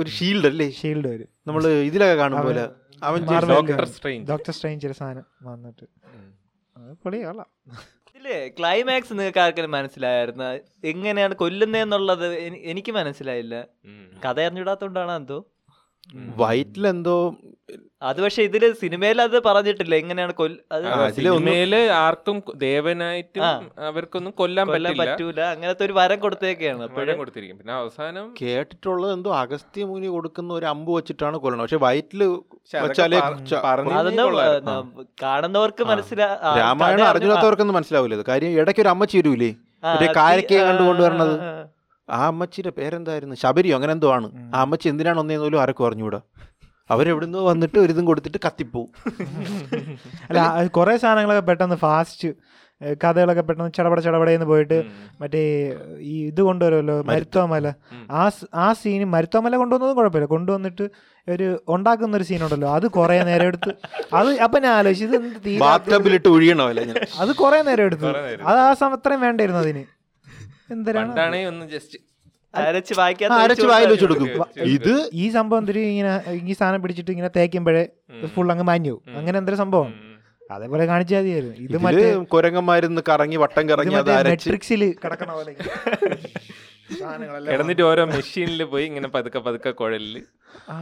ഒരു ഷീൽഡ് അല്ലേ
ഷീൽഡ് വരും
നമ്മൾ ഇതിലൊക്കെ കാണും പോലെ അവൻ
Marvel
ചെയ്ത-
ഡോക്ടർ സ്ട്രെയിഞ്ച്
ഡോക്ടർ സ്ട്രെയിഞ്ച് സാധനം വന്നിട്ട് അത് പൊളിയാളാ
ഇതിലെ ക്ലൈമാക്സ് നിങ്ങൾക്ക് ആർക്കും മനസ്സിലായിരുന്നു എങ്ങനെയാണ് കൊല്ലുന്നതെന്നുള്ളത് എനി- എനിക്ക് മനസ്സിലായില്ല കഥ അറിഞ്ഞിടാത്തോണ്ടാണ് എന്തോ
വയറ്റിലെന്തോ
അത് പക്ഷെ ഇതില് സിനിമയിൽ അത് പറഞ്ഞിട്ടില്ല എങ്ങനെയാണ് കൊല്ല അത്
ആ, അതിലെ ഒന്ന്
സിനിമയില് ആർക്കും കൊ- ദേവനായിട്ടും
ആ.
അവർക്കൊന്നും കൊല്ലാൻ
കൊല്ലാൻ
പറ്റില്ല
പറ്റൂല അങ്ങനത്തെ ഒരു വരം കൊടുത്തേക്കാണ്
മഴ
അപ്പോഴും
കൊടുത്തിരിക്കും പിന്നെ അവസാനം
കേട്ടിട്ടുള്ളത് എന്തോ അഗസ്ത്യ മുനി കൊടുക്കുന്ന ഒരു അമ്പ് വെച്ചിട്ടാണ് കൊല്ലണം പക്ഷെ വയറ്റില്
പക്ഷെ അതൊക്കെ
വെച്ചാലേ
പറ-
ച-
പറഞ്ഞ്
അതൊന്നും
കൊള്ളാമായിരുന്നു.
ന- കാണുന്നവർക്ക് മനസ്സിലാ ആ,
രാമായണം
കഥ അറിഞ്ഞു-
അറിഞ്ഞില്ലാത്തവർക്കൊന്നും മനസ്സിലാവില്ല ഇത്. കാര്യം ഇടയ്ക്ക് ഒരു അമ്മച്ചി വരൂലേ
ആ,
മറ്റേ
അത്
കാരക്കയെ
ആ,
കണ്ട് കൊണ്ടുവരണത്.
ആ, ആ.
ആ അമ്മച്ചിയുടെ പേരെന്തായിരുന്നു ശബരിയോ അങ്ങനെ എന്തോ ആണ് ആ അമ്മച്ചി എന്തിനാണ് ഒന്നേന്നോലും ആർക്കും അറിഞ്ഞൂടാ അവരെവിടുന്നോ വന്നിട്ട് ഒരിതും കൊടുത്തിട്ട് കത്തിപ്പോവും
അല്ല കുറെ സാധനങ്ങളൊക്കെ പെട്ടെന്ന് ഫാസ്റ്റ് കഥകളൊക്കെ പെട്ടെന്ന് ചടപട ചടപടയെന്ന് പോയിട്ട് മറ്റേ ഈ ഇത് കൊണ്ടുവരുമല്ലോ മരുത്തോമല ആ സ്- ആ സീൻ മരുത്തോമല കൊണ്ടുവന്നതും കുഴപ്പമില്ല കൊണ്ടുവന്നിട്ട് ഒരു ഉണ്ടാക്കുന്ന ഒരു സീനുണ്ടല്ലോ അത് കുറെ നേരം എടുത്ത് അത് അപ്പൊ ഞാൻ ആലോചിച്ചു ഇത് എന്ത് തീരാത്ത-
ബാത്തബിലിട്ട് ഒഴിയണോ അല്ല ഞാൻ
അത് കുറെ നേരം എടുത്തു
കുറേ നേരം
അത് ആ സമയം അത്രയും വേണ്ടായിരുന്നു അതിന് എന്തിനാണ്
പണ്ടാണേ ഒന്ന് ജസ്റ്റ്
അരച്ച് വായിക്കാത്ത
അരച്ച് വായിൽ വെച്ച് കൊടുക്കും ഇത്
ഈ സംഭവം എന്തൊരു ഇങ്ങനെ ഈ സാധനം പിടിച്ചിട്ട് ഇങ്ങനെ തേക്കുമ്പോഴേ ഫുൾ അങ്ങ് മാഞ്ഞു അങ്ങനെ എന്തൊരു സംഭവം അതേപോലെ കാണിച്ചാൽ മതിയായിരുന്നു ഇത്
ഇത്
മറ്റേ
കുരങ്ങന്മാരിന്ന് കറങ്ങി വട്ടം കറങ്ങി അത് അരച്ച്
മെട്രിക്സിൽ കിടക്കണ പോലെ
കിടന്നിട്ട് ഓരോ മെഷീനിൽ പോയി ഇങ്ങനെ പതുക്കെ പതുക്കെ കുഴലില്
ആ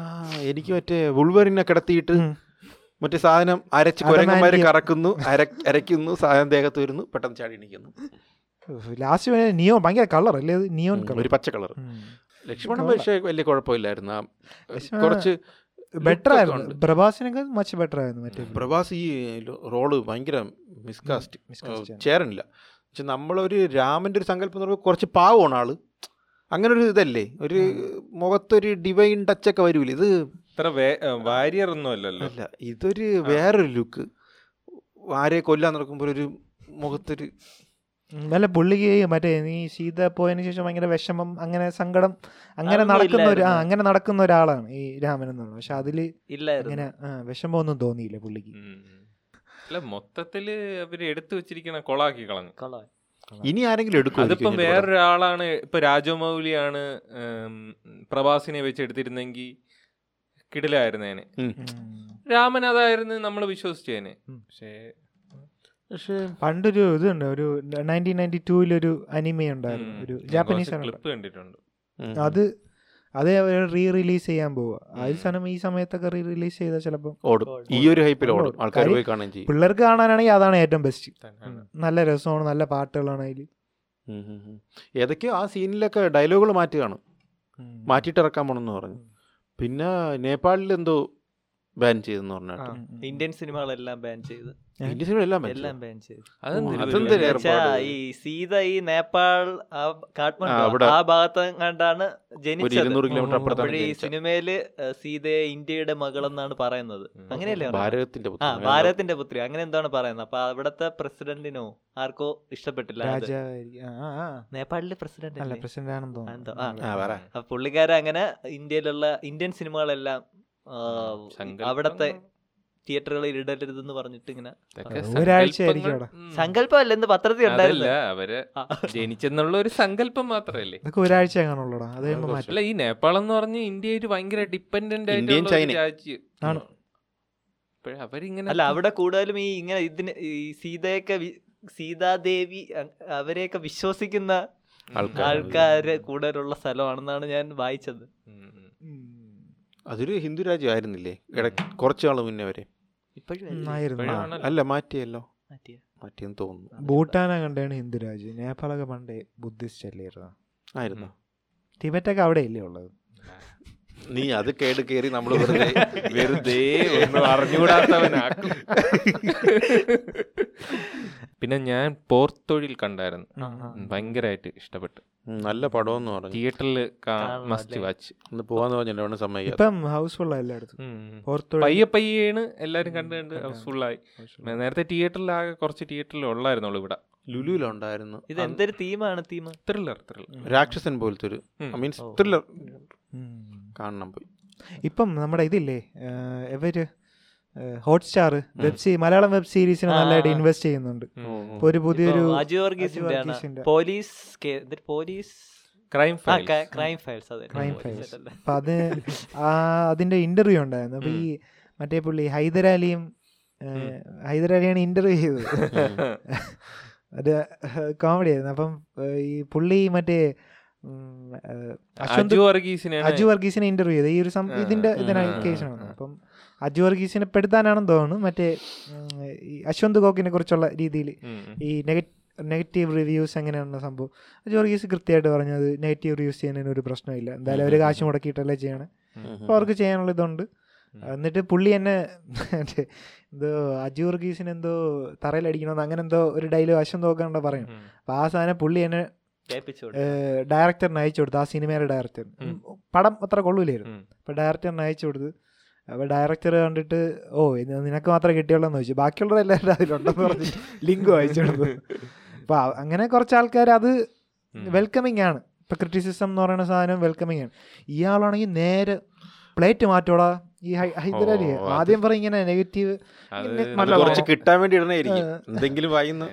എനിക്ക് മറ്റേ ഉൾവരിനെ കിടത്തിയിട്ട് മറ്റേ സാധനം അരച്ച് കുരങ്ങന്മാര്
അടമാന്റിയം.
കറക്കുന്നു അര- അരയ്ക്കുന്നു സാധനം ദേഹത്ത് വരുന്നു പെട്ടെന്ന് ചാടി എണീക്കുന്നു
ലാസ്റ്റ് നിയോൺ ഭയങ്കര കളർ അല്ലേ അത് നിയോൺ കളർ
ഒരു പച്ച കളർ ലക്ഷ്മണൻ പക്ഷേ വലിയ കുഴപ്പമില്ലായിരുന്നു ആ
ലക്ഷ്മണൻ
കുറച്ച്
ബെറ്റർ
look ഒക്കെ
ആയിരുന്നു പ്രഭാസിനൊക്കെ മച്ച് ബെറ്റർ ആയിരുന്നു മറ്റേ
ഉണ്ട്. പ്രഭാസ് ഈ റോള് ഭയങ്കര മിസ്കാസ്റ്റ്
miscast ആണ്.
ചേരണില്ല പക്ഷെ നമ്മളൊരു രാമന്റെ ഒരു സങ്കല്പം എന്ന് പറയുമ്പോൾ കുറച്ച് പാവമാണ് ആള് അങ്ങനെ ഒരു ഇതല്ലേ ഒരു മുഖത്തൊരു ഡിവൈൻ ടച്ച് ഒക്കെ വരൂലേ ഇത്
ഇത്ര വാരിയർ ഒന്നും അല്ലല്ലോ
അല്ല ഇതൊരു വേറൊരു ലുക്ക് ആരെ കൊല്ലാൻ നടക്കുമ്പോൾ ഒരു മുഖത്തൊരു
ഉം, നല്ല പുള്ളിക്ക് മറ്റേ നീ സീത പോയതിനു ശേഷം ഭയങ്കര വിഷമം അങ്ങനെ സങ്കടം അങ്ങനെ
അതൊന്നും
നടക്കുന്ന ഒരു ആ
ഇല്ലായിരുന്നു.
അങ്ങനെ നടക്കുന്ന ഒരാളാണ് ഈ രാമൻ എന്നുള്ളത് പക്ഷെ അതില്
ഇല്ലായിരുന്നു
അങ്ങനെ ആ, വിഷമമൊന്നും തോന്നിയില്ല പുള്ളിക്ക്
ഉം. അല്ല മൊത്തത്തില് അവര് എടുത്തു വെച്ചിരിക്കണ കൊളാക്കി കളഞ്ഞു
കൊള്ളാം.
ഇനി ആരെങ്കിലും എടുക്കും
അതിപ്പം വേറൊരാളാണ് ഇപ്പൊ രാജമൗലിയാണ് ഉം, പ്രഭാസിനെ വെച്ച് എടുത്തിരുന്നെങ്കിൽ കിടിലായിരുന്നേനെ
ഉം.
രാമൻ അതായിരുന്നു നമ്മൾ വിശ്വസിച്ചേനെ പക്ഷേ
പക്ഷേ
പണ്ടൊരു ഇതുണ്ട് ഒരു നയൻറ്റീൻ നയൻറ്റി ടൂവിലൊരു അനിമ ഉണ്ടായിരുന്നു ഒരു ജാപ്പനീസ് ആണ്
ക്ലിപ്പ് കണ്ടിട്ടുണ്ട്
ഉം.
അത് അത് റീ റിലീസ് ചെയ്യാൻ പോവുക ആ ഒരു സാധനം ഈ സമയത്തൊക്കെ റീ റിലീസ് ചെയ്താൽ ചിലപ്പം
ഓടും ഈ ഒരു ഹൈപ്പിൽ ഓടും ആൾക്കാർ പോയി കാണുകയും ചെയ്യും
പിള്ളേർക്ക് കാണാനാണെങ്കിൽ അതാണ് ഏറ്റവും ബെസ്റ്റ്
തന്നെയാണ്.
നല്ല രസമാണ് നല്ല പാട്ടുകളാണ് അതിൽ
ഉം, ഉം, ഉം. ഏതൊക്കെയോ ആ സീനിലൊക്കെ ഡയലോഗുകൾ മാറ്റുകയാണ് മാറ്റിയിട്ട് ഇറക്കാൻ പോണെന്ന് പറഞ്ഞു പിന്നെ നേപ്പാളിൽ എന്തോ ബാൻ ചെയ്തെന്ന് പറഞ്ഞു കേട്ടോ.
ഇന്ത്യൻ സിനിമകളെല്ലാം ബാൻ ചെയ്ത്
ഇന്ത്യൻ സിനിമ എല്ലാം ban
എല്ലാം
ചെയ്തു.
ബാൻ ചെയ്ത്
അതെന്തൊരു
അതെന്തൊരു
വലിയ-
എന്നുവെച്ചാ
ഏർപ്പാട്.
ഈ സീത ഈ നേപ്പാൾ ആ
ആ, അവിടെ.
കാഠ്മണ്ഡു ആ ഭാഗത്ത് കണ്ടാണ്
ഒരു
ജനിച്ചത്
ഇരുന്നൂറ് കിലോമീറ്റർ
ഉം.
അപ്പുറത്താണ്
അപ്പോഴ് ഈ
ജനിച്ചത്.
സിനിമയില് ഏ, സീതയെ ഇന്ത്യയുടെ മകളെന്നാണ് പറയുന്നത് അങ്ങനെയല്ലേ പറയുന്നത്?
ഭാരതത്തിന്റെ
ആ
പുത്രൻ.
ഭാരതത്തിന്റെ പുത്രി അങ്ങനെ എന്താണ് പറയുന്നത് അപ്പൊ അവിടത്തെ പ്രസിഡന്റിനോ ആർക്കോ ഇഷ്ടപ്പെട്ടില്ല അത്.
രാജ
നേപ്പാളിലെ പ്രസിഡന്റ്
അല്ല
അല്ലേ?
പ്രസിഡന്റ് ആണെന്ന്
എന്തോ,
തോന്നുന്നു
ആ.
ആ, പറ.
അപ്പൊ പുള്ളിക്കാരൻ അങ്ങനെ ഇന്ത്യയിലുള്ള ഇന്ത്യൻ സിനിമകളെല്ലാം ആ,
സങ്കല്പങ്ങൾ.
അവിടത്തെ തിയേറ്ററുകളിൽ ഇടരുതെന്ന് പറഞ്ഞിട്ട് ഇങ്ങനെ
ഇതൊക്കെ
ഒരാഴ്ചയായിരിക്കും
സങ്കല്പങ്ങൾ.
അവിടെ.
ഉം.
സങ്കല്പമല്ല എന്ത് പത്രത്തിൽ
അതല്ല
ഉണ്ടായിരുന്നു
അവര്
ആ.
ജനിച്ചെന്നുള്ള ഒരു സങ്കല്പം മാത്രല്ലേ
ഇതൊക്കെ ഒരാഴ്ച കാണുള്ളൂടാ അത് കഴിയുമ്പോൾ മാറ്റും
അല്ല ഈ നേപ്പാൾ എന്ന് പറഞ്ഞ ഇന്ത്യ ഒരു ഭയങ്കര ഡിപ്പെൻഡന്റ്
ഇന്ത്യയും
ആയിട്ടുള്ള
ചൈനയും.
രാജ്യം
ആണ്.
അപ്പോഴ് അവരിങ്ങനെ
അല്ല അവിടെ കൂടുതലും ഈ ഇങ്ങനെ ഇതിന് ഈ സീതയൊക്കെ വി- സീതാദേവി അ- അവരെയൊക്കെ വിശ്വസിക്കുന്ന
ആൾക്കാര്.
ആൾക്കാര് കൂടുതലുള്ള സ്ഥലമാണെന്നാണ് ഞാൻ വായിച്ചത്
ഉം, ഉം.
അതൊരു ഹിന്ദു രാജ്യമായിരുന്നില്ലേ ഇടയ്ക്ക് കുറച്ച് നാൾ മുന്നേ വരെ
ഇപ്പോഴും
ആയിരുന്നു
ആ,
ആണല്ലോ.
അല്ല മാറ്റിയല്ലോ
മാറ്റിയ.
മാറ്റിയെന്ന് തോന്നുന്നു
ഭൂട്ടാന കണ്ടാണ് ഹിന്ദു രാജ്യം നേപ്പാളൊക്കെ പണ്ടേ ബുദ്ധിസ്റ്റ് അല്ലായിരുന്നു
ആയിരുന്നു
ടിബറ്റൊക്കെ അവിടെ ഇല്ലേ ഉള്ളത്
നീ അത് കേട് കയറി നമ്മൾ വെറുതെ
വെറുതെ ഒന്നും അറിഞ്ഞുകൂടാത്തവനാക്കും പിന്നെ ഞാൻ പോർത്തൊഴിൽ കണ്ടായിരുന്നു
ആ, ആ.
ഉം, ഭയങ്കരമായിട്ട് ഇഷ്ടപ്പെട്ടു
ഉം, നല്ല പടം എന്ന് പറഞ്ഞു
തിയേറ്ററിൽ
കാണണം
മസ്റ്റ്
അല്ലേ?
വാച്ച്
ഒന്ന് പോവാന്ന് പറഞ്ഞില്ല അവനെ സമ്മതിക്കാം
ഇപ്പം ഹൗസ്ഫുള്ള എല്ലായിടത്തും ഓർത്തൊഴി-
പയ്യെ പയ്യാണ് എല്ലാരും കണ്ട് കണ്ട്
കണ്ട്
ഹൗസ്ഫുള്ളായി നേരത്തെ തിയേറ്ററിൽ ആകെ കുറച്ച് തിയേറ്ററിൽ ഉള്ളായിരുന്നുള്ളൂ ഇവിടെ
ലുലുവിലുണ്ടായിരുന്നു
ഇത് എന്തൊരു തീമാണ് തീം
ത്രില്ലർ ത്രില്ലർ
രാക്ഷസൻ പോലത്തെ ഒരു
ഉം.
മീൻസ്
ഓ.
ത്രില്ലർ
ഉം.
കാണണം പോയി
ഇപ്പം നമ്മുടെ ഇതില്ലേ ഏഹ്, ഇവര് Hotstar web see Malayalam web സീരീസിന് നല്ലതായിട്ട്
ആ.
ഇൻവെസ്റ്റ് ചെയ്യുന്നുണ്ട് ഇപ്പൊ ഒരു പുതിയൊരു
അജു വർഗീസിന്റെ ആണ്.
വർഗീസിന്റെ.
പോലീസ് കേ- എന്തൊരു പോലീസ്
ക്രൈം
ആ
ഫയൽ
ക്രൈം ഫയൽസ് അതെ
Crime
പോലീസ്
Files.
അല്ല.
അപ്പൊ അത് ആ, അതിന്റെ ഇന്റർവ്യൂ ഉണ്ടായിരുന്നു അപ്പൊ ഈ മറ്റേ പുള്ളി ഹൈദരാലിയും ഹൈദരാലിയാണ് ഇന്റർവ്യൂ ചെയ്തത് അത് കോമഡി ആയിരുന്നു അപ്പം ഏഹ്, ഈ പുള്ളി മറ്റേ ഉം, ഏഹ്, അശ്വന്ത്
അജു വർഗീസിനെയാണ്
അജു വർഗീസിനെ ഇന്റർവ്യൂ ചെയ്ത് ഈ ഒരു സം- ഇതിന്റെ ഇതിനാണ് കേസിനാണ് അപ്പം അജു വർഗീസിനെ പെടുത്താനാണെന്ന് തോന്നുന്നു മറ്റേ ഉം, ഈ അശ്വന്ത് ഗോക്കിനെ കുറിച്ചുള്ള രീതിയിൽ
ഉം, ഉം.
ഈ നെഗ- നെഗറ്റീവ് റിവ്യൂസ് എങ്ങനെയാണ് സംഭവം അജു വർഗീസ് കൃത്യമായിട്ട് പറഞ്ഞത് നെഗറ്റീവ് റിവ്യൂസ് ചെയ്യുന്നതിന് ഒരു പ്രശ്നമില്ല എന്തായാലും അവർ കാശ് മുടക്കിയിട്ടല്ലേ ചെയ്യണം അപ്പോൾ അവർക്ക് ചെയ്യാനുള്ള ഇതുണ്ട് എന്നിട്ട് പുള്ളി എന്നെ മറ്റേ എന്തോ അജു വർഗീസിന് എന്തോ തറയിലടിക്കണമെന്ന് അങ്ങനെ എന്തോ ഒരു ഡയലോഗ് അശ്വന്ത് നോക്കാണ്ടോ പറയും
ഉം.
അപ്പോൾ ആ സാധനം പുള്ളി എന്നെ
കേൾപ്പിച്ചു കൊടുത്തു.
ഡയറക്ടറിന് അയച്ചു കൊടുത്തു ആ സിനിമയുടെ ഡയറക്ടർ
ഉം.
പടം അത്ര കൊള്ളൂലായിരുന്നു
ഉം.
അപ്പോൾ ഡയറക്ടറിന് അയച്ചു കൊടുത്ത് അപ്പോൾ ഡയറക്ടർ കണ്ടിട്ട് ഓ ഇത് നിനക്ക് മാത്രമേ കിട്ടിയുള്ളൂ എന്ന് ചോദിച്ചു ബാക്കിയുള്ളവർ എല്ലാവരും അതിലുണ്ടെന്ന് പറഞ്ഞ് ലിങ്ക് അയച്ചു കൊടുത്തു അപ്പോൾ അങ്ങനെ കുറച്ച് ആൾക്കാർ അത്
ഉം.
വെൽക്കമിങ് ആണ് ഇപ്പം ക്രിറ്റിസിസം എന്ന് പറയുന്ന സാധനം വെൽക്കമിങ് ആണ് ഇയാളാണെങ്കിൽ നേരെ പ്ലേറ്റ് മാറ്റോടാ ഈ ഹൈ- ഹൈദരാലി
ഓ, അത്.
ആദ്യം പറയും ഇങ്ങനെ നെഗറ്റീവ്
അത്
അത് കുറച്ച് കിട്ടാൻ വേണ്ടി ഇടണായിരിക്കും
ഏഹ്.
എന്തെങ്കിലും വായിന്ന്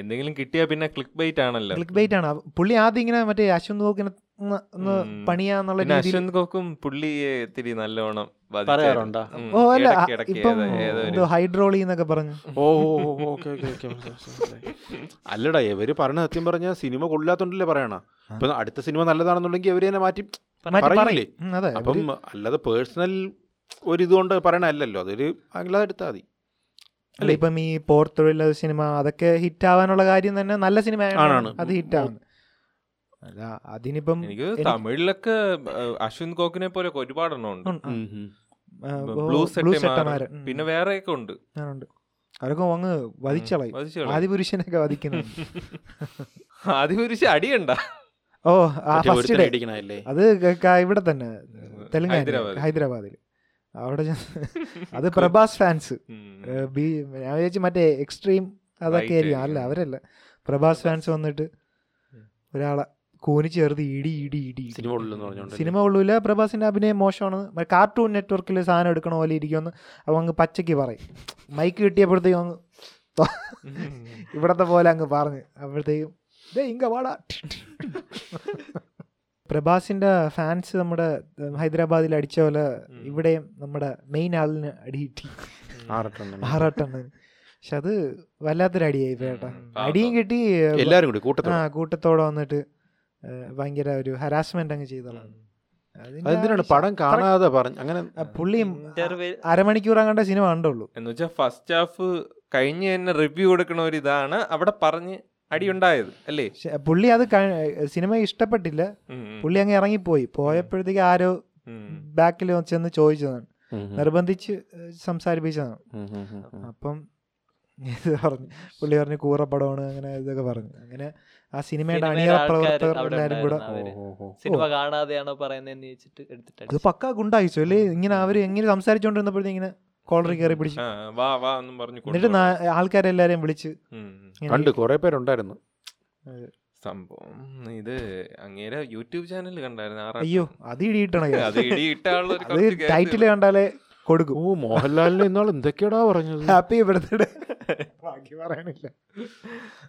എന്തെങ്കിലും കിട്ടിയാ പിന്നെ ക്ലിക്ക് ബൈറ്റ് ആണല്ലോ
ക്ലിക്ക് ബൈറ്റ് ആണ് പുള്ളി ആദ്യം ഇങ്ങനെ മറ്റേ അശ്വന്ത് ഗോക്കിനെ ഒന്ന് ഒന്ന്
ഉം.
പണിയാന്നുള്ള
പിന്നെ
രീതിയിൽ
അശ്വന്ത് കോക്കും പുള്ളിയെ ഇത്തിരി നല്ലോണം
പറയാറുണ്ടോ?
ഓ അല്ല ആ, ഇപ്പം എന്തോ
ഏതൊരു
ഹൈഡ്രോളി എന്നൊക്കെ പറഞ്ഞു
ഓ ഓക്കെ അല്ലടാ ഇവര് പറഞ്ഞ സത്യം പറഞ്ഞ സിനിമ കൊള്ളില്ലാത്തോണ്ടല്ലേ പറയണ ഇപ്പൊ അടുത്ത സിനിമ നല്ലതാണെന്നുണ്ടെങ്കിൽ അവര് തന്നെ മാറ്റി
മാറ്റി
പറയില്ലേ
പറയും. ഉം, അതെ
അപ്പം അല്ലാതെ പേഴ്സണൽ ഒരിതുകൊണ്ട് പറയണല്ലോ അതൊരു അല്ലാതെ എടുത്താൽ മതി
അല്ല ഇപ്പം ഈ പോർത്തുള്ള സിനിമ അതൊക്കെ ഹിറ്റ് ആവാനുള്ള കാര്യം തന്നെ നല്ല സിനിമ
ആണാണ്.
അത് ഹിറ്റ് ആവുന്നത് അല്ല അതിനിപ്പം
എനിക്ക് തമിഴിലൊക്കെ ഏഹ്, അശ്വന്ത് കോക്കിനെ പോലെ ഒക്കെ ഒരുപാടെണ്ണം ഉണ്ട്
ഉം, ആ, ഓ,
ബ്ലൂ
ബ്ലൂ
സെട്ടമാരൻ
സെട്ടമാരൻ. ഉം.
പിന്നെ വേറെയൊക്കെ ഉണ്ട്
ഞാനുണ്ട് അവരൊക്കെ അങ്ങ് വധിച്ചളയും
വധിച്ചു കളയും.
ആദിപുരുഷനൊക്കെ വധിക്കുന്നു
ആദ്യം ഒരു അടിയണ്ട
ഓ ആ ഫസ്റ്റ് ഡേ
അടിക്കണല്ലേ
അത് ക- ക- ഇവിടെ തന്നെ തെലുങ്കാന
ഹൈദരാബാദ്.
ഹൈദരാബാദിൽ അവിടെ ചെന്ന് അത് പ്രഭാസ് ഫാൻസ് ഏഹ്, ബി ഞാൻ വിചാരിച്ചു മറ്റേ എക്സ്ട്രീം അതൊക്കെ
Right
ആയിരിക്കും
ആയിരിക്കും.
അല്ല അവരല്ല പ്രഭാസ് ഫാൻസ് വന്നിട്ട് ഒരാളെ കൂനി ചേർത്ത് ഇടി ഇടി ഇടി ഇടി.
സിനിമ കൊള്ളില്ലെന്ന് പറഞ്ഞോണ്ട്
സിനിമ കൊള്ളൂല പ്രഭാസിന്റെ അഭിനയം മോശമാണ് മറ്റേ കാർട്ടൂൺ നെറ്റ്വർക്കിൽ സാധനം എടുക്കണ പോലെ ഇരിക്കുമെന്ന് അവൻ അങ്ങ് പച്ചയ്ക്ക് പറയും മൈക്ക് കിട്ടിയപ്പോഴത്തേക്കും അങ്ങ് തൊ- ഇവിടത്തെ പോലെ അങ്ങ് പറഞ്ഞ് അപ്പോഴത്തേക്കും "ദേ ഇങ്ക വാടാ പ്രഭാസിന്റെ ഫാൻസ് നമ്മുടെ ഉം, ഹൈദരാബാദിൽ അടിച്ച പോലെ ഇവിടെയും നമ്മുടെ മെയിൻ ആളിന് അടിയിട്ടി
ആറട്ടുണ്ട്
ആറാട്ടെണ്ണന് പക്ഷെ അത് വല്ലാത്തൊരു അടിയായി പേട്ട അടിയും കിട്ടി ഏഹ്,
എല്ലാരും കൂടി
ആ
കൂട്ടത്തിൽ
കൂട്ടത്തോടെ വന്നിട്ട് ഏഹ്, ഭയങ്കര ഒരു ഹരാസ്മെന്റ് അങ്ങ് ചെയ്തോളാം അതിന്റെ
അതെന്തിനാണ്
ആവശ്യം-
പടം കാണാതെ പറഞ്ഞു അങ്ങനെ
ആ, പുള്ളി
Interval-
അരമണിക്കൂർ അങ്ങോട്ട് സിനിമ കണ്ടുള്ളൂ
എന്ന് വെച്ചാൽ ഫസ്റ്റ് ഹാഫ് കഴിഞ്ഞ് തന്നെ റിവ്യൂ കൊടുക്കണ ഒരു ഇതാണ് അവിടെ പറഞ്ഞ് അടിയുണ്ടായത് അല്ലേ
പക്ഷെ പുള്ളി അത് കഴി- സിനിമ ഇഷ്ടപ്പെട്ടില്ല
ഉം, ഉം,
പുള്ളി അങ്ങ് ഇറങ്ങിപ്പോയി പോയപ്പോഴത്തേക്ക് ആരോ
ഉം.
ബാക്കിൽ ചെന്ന് ചോദിച്ചതാണ് നിർബന്ധിച്ച് ഏഹ്, സംസാരിപ്പിച്ചതാണ് അപ്പം ഇത് പറഞ്ഞു പുള്ളി പറഞ്ഞു കൂറപ്പടമാണ് അങ്ങനെ ഇതൊക്കെ പറഞ്ഞു അങ്ങനെ ആ സിനിമയുടെ
സിനിമയുടെ
അണിയറ
ആൾക്കാര്
പ്രവർത്തകർ
അവിടെ
എല്ലാവരും കൂടെ
ഉണ്ടായിരുന്നു. സിനിമ കാണാതെയാണോ പറയുന്നതെന്ന് ചോദിച്ചിട്ട്
അത്
എടുത്തിട്ട്
പക്ക ഗുണ്ടായിച്ചു അല്ലേ ഇങ്ങനെ അവർ എങ്ങനെ സംസാരിച്ചുകൊണ്ടിരുന്നപ്പോഴത്തേക്ക് ഇങ്ങനെ കോളറി കയറി പിടിച്ചു
ആ, വാ വാ എന്നും പറഞ്ഞു
എന്നിട്ട് നാ- ആൾക്കാരെല്ലാരെയും വിളിച്ച് ഇങ്ങനെ
കണ്ട് കുറെ പേരുണ്ടായിരുന്നു
സംഭവം ഇത് അങ്ങേരെ യൂട്യൂബ് ചാനൽ കണ്ടായിരുന്നു ആറാ
അയ്യോ അത് ഇടിയിട്ടണ കേസ്.
അത് ഇടി ഇട്ടാളുള്ള ഒരു
അത്
കുറച്ച് കേസ്
ടൈറ്റിൽ കണ്ടാലേ കൊടുക്കും
ഓ മോഹൻലാലിന് ഇന്നാൾ എന്തൊക്കെയാടാ പറഞ്ഞത്
ഹാപ്പി ബർത്ത്ഡേ ബാക്കി പറയണില്ല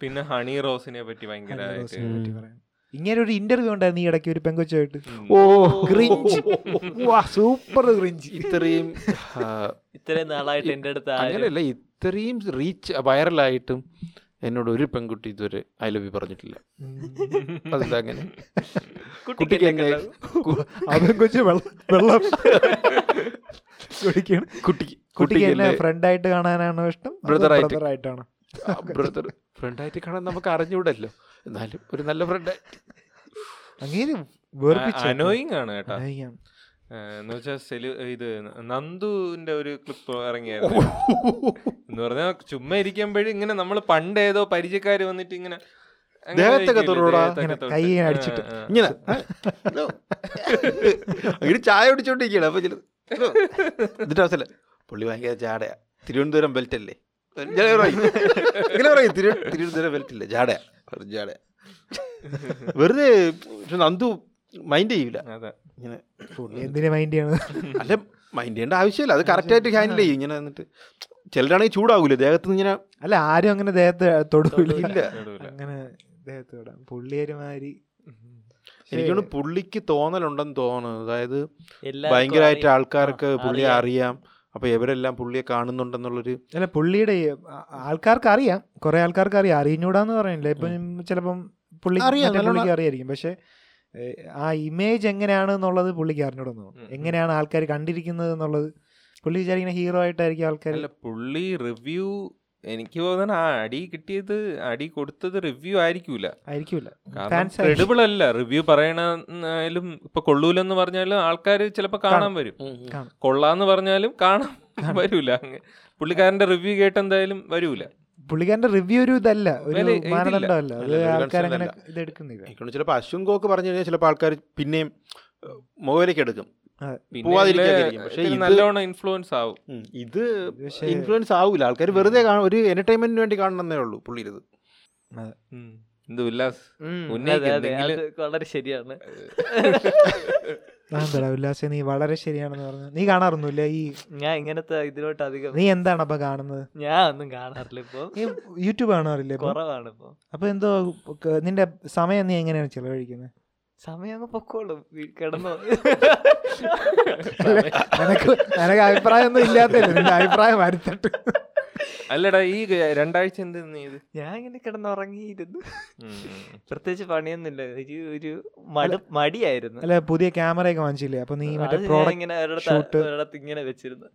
പിന്നെ ഹണി റോസിനെ പറ്റി ഭയങ്കരമായിട്ട്
ഹണി റോസിനെ പറ്റി പറയാൻ. ഇങ്ങനെ ഒരു ഇന്റർവ്യൂ ഉണ്ടായിരുന്നു ഈ ഇടയ്ക്ക് ഒരു പെങ്കൊച്ചുമായിട്ട്
ഓ
ക്രിഞ്ച് സൂപ്പർ ക്രിഞ്ച്
ഇത്രയും ആ,
ഇത്രയും നാളായിട്ട് എന്റെ അടുത്ത് ആരും
അങ്ങനെയല്ല ഇത്രയും റീച്ച് വൈറലായിട്ടും എന്നോട് ഒരു പെൺകുട്ടി ഇതുവരെ ഐ ലവ് യു പറഞ്ഞിട്ടില്ല അതെന്താ അങ്ങനെ കുട്ടിക്ക് എന്നെ കു-
ആ പെങ്കൊച്ചു വെള്ളം വെള്ളം കുടിക്കാണ്
കുട്ടിക്ക്
കുട്ടിക്ക്
കുട്ടിക്ക്
എന്നെ ഫ്രണ്ടായിട്ട് കാണാനാണോ ഇഷ്ടം
Brother-ആയിട്ട്.
ബ്രദറായിട്ടാണ്
ബ്രദർ ഫ്രണ്ടായിട്ട് കാണാൻ നമുക്ക് അറിഞ്ഞുകൂടല്ലോ എന്നാലും ഒരു നല്ല ഫ്രണ്ട്
അങ്ങനെ വേർപ്പിച്ചു
അനോയിങ് ആണ് കേട്ടാ
അനോയിങ്ങാണ്.
എന്ന് വെച്ചാൽ സെലു ഇത് നന്ദുവിന്റെ ഒരു ക്ലിപ്പ് ഇറങ്ങിയായിരുന്നു എന്ന് പറഞ്ഞാൽ ചുമ്മാ ഇരിക്കുമ്പോഴും ഇങ്ങനെ നമ്മൾ പണ്ട് ഏതോ പരിചയക്കാര് വന്നിട്ട് ഇങ്ങനെ അങ്ങനെ
ദേഹത്തൊക്കെ
ഇരിക്കില്ലേ,
തൊടുവോടാ?
ദേഹത്തൊക്കെ
ഇങ്ങനെ
തൊട്ട്.
കൈ ഇങ്ങനെ
ആ,
അടിച്ചിട്ട്.
ആ, ആ.
ഇങ്ങനെ ഇങ്ങനെ ചായ കുടിച്ചോണ്ടിരിക്കുകയാണ് അപ്പൊ ചില എന്നിട്ട് അവസ്ഥയില്ല പുള്ളി ഭയങ്കര ചാടയാ തിരുവനന്തപുരം ബെൽറ്റ് അല്ലേ ഇങ്ങനെ പറയും. ഇങ്ങനെ പറയും തിരു തിരുവനന്തപുരം ബെൽറ്റ് ഇല്ലേ ജാടയാ വെറും ജാടയാ വെറുതെ പക്ഷെ നന്ദു മൈൻഡ് ചെയ്യൂല
അതെ
ഇങ്ങനെ
എന്തിനു മൈൻഡ് ചെയ്യണത്
അല്ല മൈൻഡ് ചെയ്യേണ്ട ആവശ്യമില്ല അത് കറക്റ്റായിട്ട് ഹാൻഡിൽ ചെയ്യും ഇങ്ങനെ എന്നിട്ട് ചിലരാണെങ്കിൽ ചൂടാവൂലേ ദേഹത്ത് നിന്ന് ഇങ്ങനെ
അല്ല ആരും അങ്ങനെ ദേഹത്ത് തൊടൂല
ഇല്ല
തൊടൂല.
അങ്ങനെ ദേഹത്ത് തൊടാം പുള്ളിയൊരുമാതിരി
എനിക്കൊണ്ട് പുള്ളിക്ക് തോന്നലുണ്ടെന്ന് തോന്നുന്നു അതായത്
എല്ലാവർക്കും
ഭയങ്കരമായിട്ട്
അറിയാം.
ആൾക്കാർക്ക്
ആ,
പുള്ളിയെ
അറിയാം.
അറിയാം അപ്പൊ ഇവരെല്ലാം പുള്ളിയെ കാണുന്നുണ്ടെന്നുള്ളൊരു
അല്ല പുള്ളിയുടെ ഈ ആ- ആൾക്കാർക്ക് അറിയാം കുറെ ആൾക്കാർക്ക് അറിയാം അറിഞ്ഞൂടാന്ന് പറയണില്ല ഇപ്പം ചിലപ്പം പുള്ളി
അറിയാം,
മറ്റേ
നല്ലോണം-
പുള്ളിക്ക് അറിയായിരിക്കും പക്ഷെ ഏ, ആ ഇമേജ് എങ്ങനെയാണ് എന്നുള്ളത് പുള്ളിക്ക് അറിഞ്ഞൂടെന്ന്
ഉം,
തോന്നുന്നു
ഉം.
എങ്ങനെയാണ് ആൾക്കാർ കണ്ടിരിക്കുന്നത് എന്നുള്ളത് പുള്ളി വിചാരിക്കുന്ന ഹീറോ ആയിട്ടായിരിക്കും ആൾക്കാർ
അല്ല പുള്ളി റിവ്യൂ എനിക്ക് തോന്നുന്നു ആ അടി കിട്ടിയത് അടി കൊടുത്തത് റിവ്യൂ ആയിരിക്കൂല
ആയിരിക്കില്ല
കാരണം
Fans ആയിരിക്കും.
ക്രെഡിബിൾ അല്ല റിവ്യൂ പറയണാലും ഇപ്പൊ കൊള്ളൂലെന്ന് പറഞ്ഞാലും ആൾക്കാർ ചിലപ്പോൾ കാണാൻ
കാണും.
വരും
കാണും.
കൊള്ളാന്ന് പറഞ്ഞാലും കാണാൻ വരൂല അങ്ങ്. പുള്ളിക്കാരന്റെ റിവ്യൂ കേട്ട് എന്തായാലും വരൂല
പുള്ളിക്കാരന്റെ റിവ്യൂ ഒരു ഇതല്ല ഒരു
വില ഇതില്ല.
മാനദണ്ഡമല്ല അത്
അല്ല, ഒരു
ആൾക്കാരങ്ങനെ
concern
ഇത് എടുക്കുന്നില്ല
എനിക്കൊണ്ട് ചിലപ്പോൾ അശ്വിൻ കോക്ക് പറഞ്ഞു കഴിഞ്ഞാൽ ചിലപ്പോൾ ആൾക്കാർ പിന്നെയും മുകളിലേക്ക് എടുക്കും
പിന്നെ
പോവാതിരിക്കാതിരിക്കും. പക്ഷേ
ഇതില്
ഇത്
നല്ലോണം ഇൻഫ്ലുവൻസ് ആവും
ഇത്
പക്ഷേ
ഇൻഫ്ലുവൻസ് ആവൂല ആൾക്കാർ വെറുതെ കാണും ഒരു എന്റർടൈൻമെന്റിന് വേണ്ടി കാണണമെന്നേ ഉള്ളൂ പുള്ളി ഇത്
എന്ത് ഉല്ലാസ്
അതെ,
ഉന്നയിക്ക്
അതെ,
എന്തെങ്കിലും
അത് വളരെ ശരിയാണ്
എന്താടാ ഉല്ലാസ് നീ വളരെ ശരിയാണെന്ന് പറഞ്ഞു നീ കാണാറൊന്നുമില്ല ഈ
ഞാൻ ഇങ്ങനത്തെ ഇതിലോട്ട് അധികം
നീ എന്താണ് അപ്പൊ കാണുന്നത്
ഞാൻ ഒന്നും കാണാറില്ല ഇപ്പൊ
നീ യൂട്യൂബ് കാണാറില്ലേ ഇപ്പൊ?
കുറവാണ് ഇപ്പൊ
അപ്പൊ എന്തോ ക- നിന്റെ സമയം നീ എങ്ങനെയാണ് ചെലവഴിക്കുന്നത്
സമയം അങ്ങ് പൊക്കോളും ഈ കിടന്നോ
നിനക്ക് നിനക്ക് അഭിപ്രായം ഒന്നും ഇല്ലാത്തല്ലേ നിന്റെ അഭിപ്രായം വരുത്തട്ട്
അല്ലടാ ഈ ഗ- രണ്ടാഴ്ച എന്ത് നീ ഇത്
ഞാൻ ഇങ്ങനെ കിടന്നുറങ്ങിയിരുന്നു
ഉം, ഉം.
പ്രത്യേകിച്ച് പണിയൊന്നുമില്ല ഒരു ഒരു മടു മടിയായിരുന്നു
അല്ല പുതിയ ക്യാമറ ഒക്കെ വാങ്ങിച്ചില്ലേ അപ്പൊ നീ മറ്റേ
അത് ഞാൻ
പ്രോഡക്റ്റ്
ഇങ്ങനെ ഒരിടത്ത്
shoot.
ഒരിടത്ത് ഇങ്ങനെ വെച്ചിരുന്നു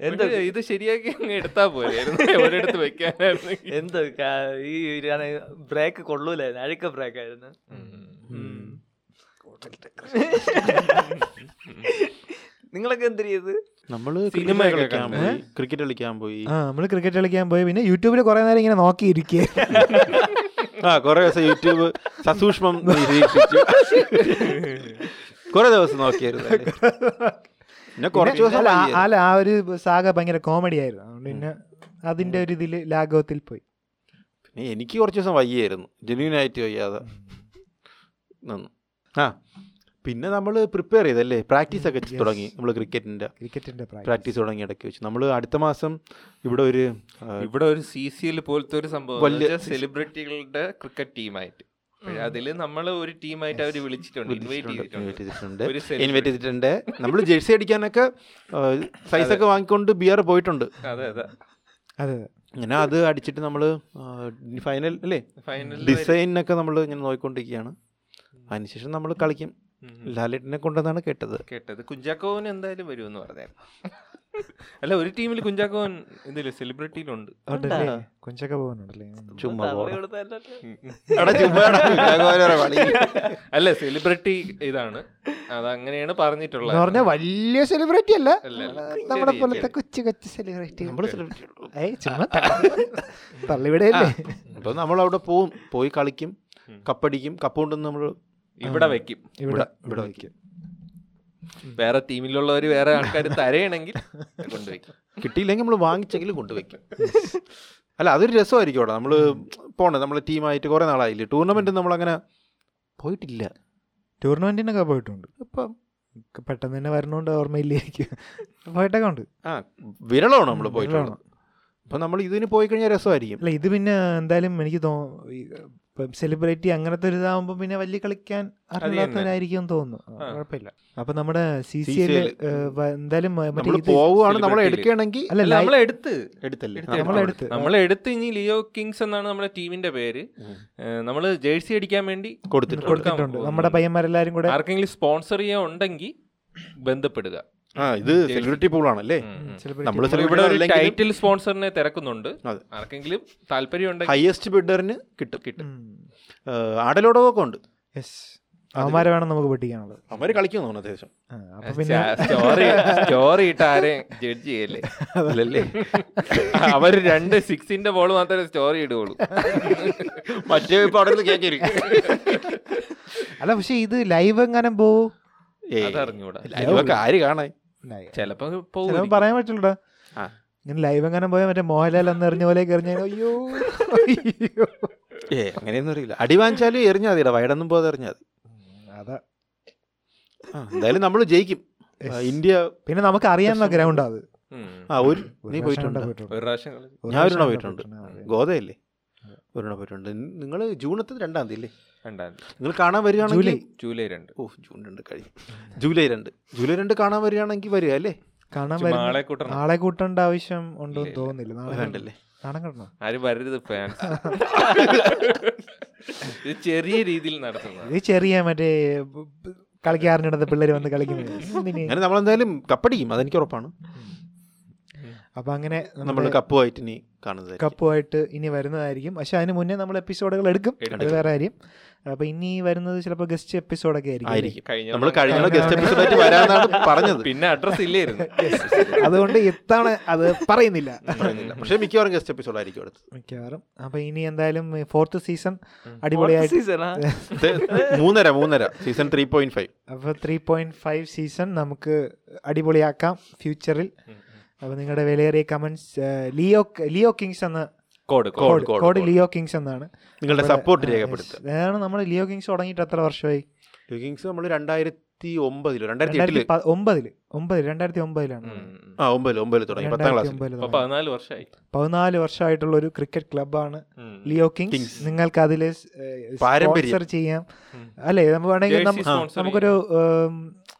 ഇത്
എന്തോ
ഇത് ശരിയാക്കി അങ്ങ് എടുത്താ പോരായിരുന്നു ഒരിടത്ത് വെക്കാനായിരുന്നു
എന്തോ കാ- ഈ ബ്രേക്ക് കൊള്ളൂലായിരുന്നു അഴുക്ക ബ്രേക്ക് ആയിരുന്നു നിങ്ങളൊക്കെ എന്ത് ചെയ്ത്
നമ്മൾ
Cinema ഒക്കെ
കളിക്കാൻ
കാണും.
പോയി ക്രിക്കറ്റ് കളിക്കാൻ പോയി
ആ നമ്മള് ക്രിക്കറ്റ് കളിക്കാൻ പോയി പിന്നെ യൂട്യൂബിൽ കുറെ നേരം ഇങ്ങനെ നോക്കിയിരിക്കുക
ആ കുറെ ദിവസം യൂട്യൂബ് സസൂക്ഷ്മം നിരീക്ഷിച്ചു കുറെ ദിവസം നോക്കിയായിരുന്നു അല്ലേ? പിന്നെ കുറച്ച് ദിവസം
അല്ല ആ-
വയ്യായിരുന്നു.
അല്ല ആ ഒരു സാഗ ഭയങ്കര കോമഡി ആയിരുന്നു അതുകൊണ്ട് പിന്നെ അതിന്റെ ഒരു ഇതില് ലാഘവത്തിൽ പോയി
പിന്നെ എനിക്ക് കുറച്ച് ദിവസം വയ്യായിരുന്നു ജെന്യൂൻ ആയിട്ട് വയ്യാതെ നിന്നു ആ പിന്നെ നമ്മൾ പ്രിപ്പയർ ചെയ്തല്ലേ പ്രാക്ടീസ് ഒക്കെ
Yes.
തുടങ്ങി നമ്മൾ ക്രിക്കറ്റിൻ്റെ
ക്രിക്കറ്റിന്റെ പ്രായം
പ്രാക്ടീസ് തുടങ്ങി ഇടയ്ക്ക് വെച്ച് നമ്മൾ അടുത്ത മാസം ഇവിടെ ഒരു ആ,
ഇവിടെ ഒരു സി സി എൽ പോലത്തെ ഒരു
വലിയ
സംഭവം സെലിബ്രിറ്റികളുടെ ക്രിക്കറ്റ് ടീമായിട്ട് അതില് നമ്മൾ ഒരു ടീമായിട്ട് അവർ വിളിച്ചിട്ടുണ്ട് ഇൻവൈറ്റ്
വിളിച്ചിട്ടുണ്ട്, invite ചെയ്തിട്ടുണ്ട്
ഒരു
ഇൻവൈറ്റ്
സെലിബ്രിറ്റി
ചെയ്തിട്ടുണ്ട് നമ്മൾ ജേഴ്സി അടിക്കാനൊക്കെ സൈസൊക്കെ വാങ്ങിക്കൊണ്ട് ബിയർ പോയിട്ടുണ്ട്
അതെ അതെ
അതെ അതെ.
അങ്ങനെ അത് അടിച്ചിട്ട് നമ്മൾ ഫൈനൽ അല്ലേ
ഫൈനലിൽ
ഡിസൈനൊക്കെ നമ്മൾ ഇങ്ങനെ നോക്കിക്കൊണ്ടിരിക്കുകയാണ് അതിനുശേഷം നമ്മൾ കളിക്കും ലാലേട്ടിനെ കൊണ്ടെന്നാണ് കേട്ടത്
കേട്ടത് കുഞ്ചാക്കോവൻ എന്തായാലും വരുമെന്ന് പറഞ്ഞായിരുന്നു അല്ല ഒരു ടീമിൽ കുഞ്ചാക്കോവൻ ഇതില് സെലിബ്രിറ്റിയിലുണ്ട്
ഉണ്ടല്ലേ? കൊഞ്ചൊക്കെ പോകുന്നുണ്ടല്ലേ
ചുമ്മാ
തള്ളി
പോണം.
കൊടുത്താ എല്ലാത്തിനും.
എടാ ചുമ്മാടാ, രാഘവേന്ദ്ര വളി.
അല്ല സെലിബ്രിറ്റി ഇതാണ് അതങ്ങനെയാണ് പറഞ്ഞിട്ടുള്ളത്
എന്ന് പറഞ്ഞാൽ വലിയ സെലിബ്രിറ്റി അല്ല
അല്ല, അല്ല.
നമ്മുടെ
ചെറിയ,
പോലത്തെ
ചെറിയ.
കൊച്ചു കൊച്ചു സെലിബ്രിറ്റി
നമ്മള് celebrity ഉള്ളൂ.
ഏയ് ചുമ്മാ തള്ളിവിടയല്ലേ
അപ്പൊ നമ്മൾ അവിടെ പോവും പോയി കളിക്കും കപ്പടിക്കും കപ്പ് കൊണ്ടുവന്ന് നമ്മൾ
ഇവിടെ വെക്കും
ഇവിടെ
ഇവിടെ വയ്ക്കും
വേറെ ടീമിലുള്ളവർ വേറെ ആൾക്കാർ തരയണെങ്കിൽ കൊണ്ടുവയ്ക്കും
കിട്ടിയില്ലെങ്കിൽ നമ്മൾ വാങ്ങിച്ചെങ്കിലും കൊണ്ടുവയ്ക്കും അല്ല അതൊരു രസമായിരിക്കും അവിടെ നമ്മൾ പോണേ നമ്മളെ ടീമായിട്ട് കുറേ നാളായില്ലേ ടൂർണമെൻറ്റ് നമ്മളങ്ങനെ പോയിട്ടില്ല
ടൂർണമെന്റിനൊക്കെ പോയിട്ടുണ്ട്
ഇപ്പം
ഒക്കെ പെട്ടെന്ന് തന്നെ വരണോണ്ട് ഓർമ്മയില്ലായിരിക്കും പോയിട്ടൊക്കെ ഉണ്ട്
ആ വിരളമാണ് നമ്മൾ
ഉം,
പോയിട്ടുള്ളത്
വിരളമാണ്.
അപ്പം നമ്മൾ ഇതിന് പോയി കഴിഞ്ഞാൽ രസമായിരിക്കും
അല്ല ഇത് പിന്നെ എന്തായാലും എനിക്ക് തോ സെലിബ്രിറ്റി അങ്ങനത്തെ ഒരു ഇതാകുമ്പോൾ പിന്നെ വലിയ കളിക്കാൻ അറിയാത്തവരായിരിക്കും എന്ന് തോന്നുന്നു
ആ.
കുഴപ്പമില്ല അപ്പൊ നമ്മുടെ സി സി
CCL,
എൽ എന്തായാലും മ- മറ്റേ
നമ്മൾ
ഇത്
പോവുകയാണ് നമ്മൾ
celebrity.
എടുക്കുകയാണെങ്കിൽ
അല്ല
അല്ല,
ലൈ-
നമ്മളെടുത്ത്
എടുത്തല്ലേ
എടുത്ത്
നമ്മൾ
നമ്മളെടുത്ത്
നമ്മളെടുത്ത് ഇനി ലിയോ കിങ്സ് എന്നാണ് നമ്മുടെ ടീമിന്റെ പേര് നമ്മൾ ജേഴ്സി അടിക്കാൻ വേണ്ടി
കൊടുത്തിട്ടുണ്ട്
കൊടുത്തിട്ടുണ്ട് നമ്മുടെ പയ്യന്മാരെല്ലാരും കൂടെ
ആർക്കെങ്കിലും സ്പോൺസർ ചെയ്യാൻ ഉണ്ടെങ്കിൽ ബന്ധപ്പെടുക
ആ ഇത് സെലിബ്രിറ്റി പൂളാണല്ലേ
ഉം, ഉം.
celebrity.
നമ്മൾ
ഇവിടെ ഒരു
സെലിബ്രിറ്റി
ടൈറ്റിൽ സ്പോൺസറിനെ തിരക്കുന്നുണ്ട്
അതെ.
ആർക്കെങ്കിലും താല്പര്യം ഉണ്ടെങ്കിൽ
ഹയസ്റ്റ് ബിഡറിന് കിട്ടും
കിട്ടും
ഉം.
ആടലോടകമൊക്കെ ഉണ്ട്
Yes. അവന്മാരെ വേണം നമുക്ക് പൊട്ടിക്കാനുള്ളത്
അവര് കളിക്കുന്നു തോന്നുന്നു അത്യാവശ്യം
ആ, അപ്പൊ പിന്നെ
സ്റ്റോറി സ്റ്റോറി ഇട്ട് ആരെയും ജഡ്ജ് ചെയ്യല്ലേ
അല്ലല്ലേ
അവര് രണ്ട് സിക്സിന്റെ ബോൾ മാത്രമേ സ്റ്റോറി ഇടുകയുള്ളൂ
മറ്റേ ഇപ്പൊ അവിടെ കേട്ടിരിക്കും
അല്ല പക്ഷെ ഇത് ലൈവ് എങ്ങനെ പോവും
അതറിഞ്ഞൂടാ
ലൈവൊക്കെ ആര് കാണാൻ
ലൈവ്
ചിലപ്പോ
ചിലപ്പോൾ
പോകും
പറയാൻ പറ്റില്ലടാ
ആ.
ഇങ്ങനെ ലൈവ് എങ്ങനെ പോയാൽ മറ്റേ മോഹൻലാൽ അന്ന് എറിഞ്ഞ പോലെ എറിഞ്ഞ അയ്യോ അയ്യോ.
ഏ അങ്ങനെയൊന്നും അറിയില്ല അടി വാങ്ങിച്ചാലും എറിഞ്ഞാൽ മതിടാ വൈഡൊന്നും പോകാതെ എറിഞ്ഞാൽ മതി
അതാ
ആ, എന്തായാലും നമ്മൾ ജയിക്കും ആ, ഇന്ത്യ
പിന്നെ നമുക്ക് അറിയാവുന്ന ഗ്രൗണ്ട് അത്
ആ ഒരു
ഒരു
നീ
പ്രാവശ്യം
പോയിട്ടുണ്ടോ
കണ്ടാ പോയിട്ടുള്ളൂ.
ഒരു പ്രാവശ്യം കളി-
ഒരു
ഞാൻ ഒരെണ്ണം
പ്രാവശ്യം
പോയിട്ടുണ്ട്
കണ്ടാ പോയിട്ടുണ്ട്.
ഗോതയല്ലേ ഒരെണ്ണം പോയിട്ടുണ്ട് നിങ്ങൾ ജൂണത്തിന് രണ്ടാം തീയതി അല്ലേ
രണ്ടാം
നിങ്ങൾ കാണാൻ വരികയാണെങ്കിൽ
ജൂലൈ.
ജൂലൈ രണ്ട്
ഓ ജൂൺ രണ്ട് കഴിഞ്ഞു ജൂലൈ രണ്ട് ജൂലൈ രണ്ട് കാണാൻ വരികയാണെങ്കിൽ വരിക അല്ലേ
കാണാൻ
ചുമ്മാ ആളെ
വരുന്ന-
കൂട്ടണം
ആളെ കൂട്ടേണ്ട ആവശ്യം ഉണ്ടോ എന്ന് തോന്നുന്നില്ല നാളെ
വേണ്ടല്ലേ
നാളെ കാണണം
ആരും വരരുത് ഫാൻസ് ഇത് ചെറിയ രീതിയിൽ നടത്തുന്നത്
ഇത് ചെറിയ മറ്റേ ബ്- ബ്- കളിക്കാരനിടുന്ന പിള്ളേര് വന്ന് കളിക്കുന്നത് എന്തിന്?
അങ്ങനെ നമ്മൾ എന്തായാലും കപ്പടിക്കും അതെനിക്ക് ഉറപ്പാണ്
അപ്പൊ അങ്ങനെ
നമ്മൾ
നമ്മള്
കപ്പുമായിട്ട് ഇനി കാണുന്നത്
കപ്പുമായിട്ട് ഇനി വരുന്നതായിരിക്കും പക്ഷെ അതിന് മുന്നേ നമ്മൾ എപ്പിസോഡുകൾ എടുക്കും
എടുക്കും.
അത് വേറെ കാര്യം അപ്പൊ ഇനി വരുന്നത് ചിലപ്പോൾ ഗസ്റ്റ് എപ്പിസോഡൊക്കെ ആയിരിക്കും അല്ലേ?
ആയിരിക്കും
കഴിഞ്ഞ
നമ്മൾ
തവണ
കഴിഞ്ഞ ഗസ്റ്റ്
കഴിഞ്ഞ
എപ്പിസോഡായിട്ട് വരാമെന്നാണ് പറഞ്ഞത്
പിന്നെ അഡ്രസ് ഇല്ലായിരുന്നു
അതുകൊണ്ട് ഇത്തവണ അത് പറയുന്നില്ല
പറയുന്നില്ല പക്ഷേ മിക്കവാറും ഗസ്റ്റ് എപ്പിസോഡായിരിക്കും അടുത്ത്
മിക്കവാറും അപ്പൊ ഇനി എന്തായാലും ഫോർത്ത് സീസൺ അടിപൊളിയായിട്ട്
സീസണാ
ഇത് മൂന്നര മൂന്നര സീസൺ ത്രീ പോയിന്റ് ഫൈവ്
അപ്പൊ ത്രീ പോയിന്റ് ഫൈവ് സീസൺ നമുക്ക് അടിപൊളിയാക്കാം ഫ്യൂച്ചറിൽ അപ്പൊ നിങ്ങളുടെ വിലയേറിയ കമന്റ്സ് ലിയോ ലിയോ കിങ്സ് എന്ന
code
Code,
code
code,
code
code.
Leo Kings എന്നാണ്
നിങ്ങളുടെ സപ്പോർട്ട് രേഖപ്പെടുത്തുക
അതാണ് നമ്മൾ ലിയോ കിങ്സ് തുടങ്ങിയിട്ട് എത്ര വർഷമായി
ലുക്കിങ്സ് നമ്മൾ രണ്ടായിരത്തി ഒമ്പതിലോ രണ്ടായിരത്തി എട്ടില്
രണ്ടായിരത്തി പ- ഒമ്പതില് ഒമ്പത് രണ്ടായിരത്തി ഒമ്പതിലാണ്
ആ ഒമ്പതില് ഒമ്പതില് തുടങ്ങി പത്താം
രണ്ടായിരത്തി
ക്ലാസ്
ഒമ്പതില്
അപ്പൊ
തുടങ്ങി.
പതിനാല് വർഷമായി
പതിനാല് വർഷമായിട്ടുള്ള ഒരു ക്രിക്കറ്റ് ക്ലബ്ബാണ്
ഉം.
Leo Kings
Kings.
നിങ്ങൾക്ക് അതിൽ
പാരമ്പര്യം.
സ്പോൺസർ ചെയ്യാം
ഉം.
അല്ലേ നമുക്ക് വേണമെങ്കിൽ
Jersey
നമ്മ-
sponsor
നമുക്കൊരു ഉം,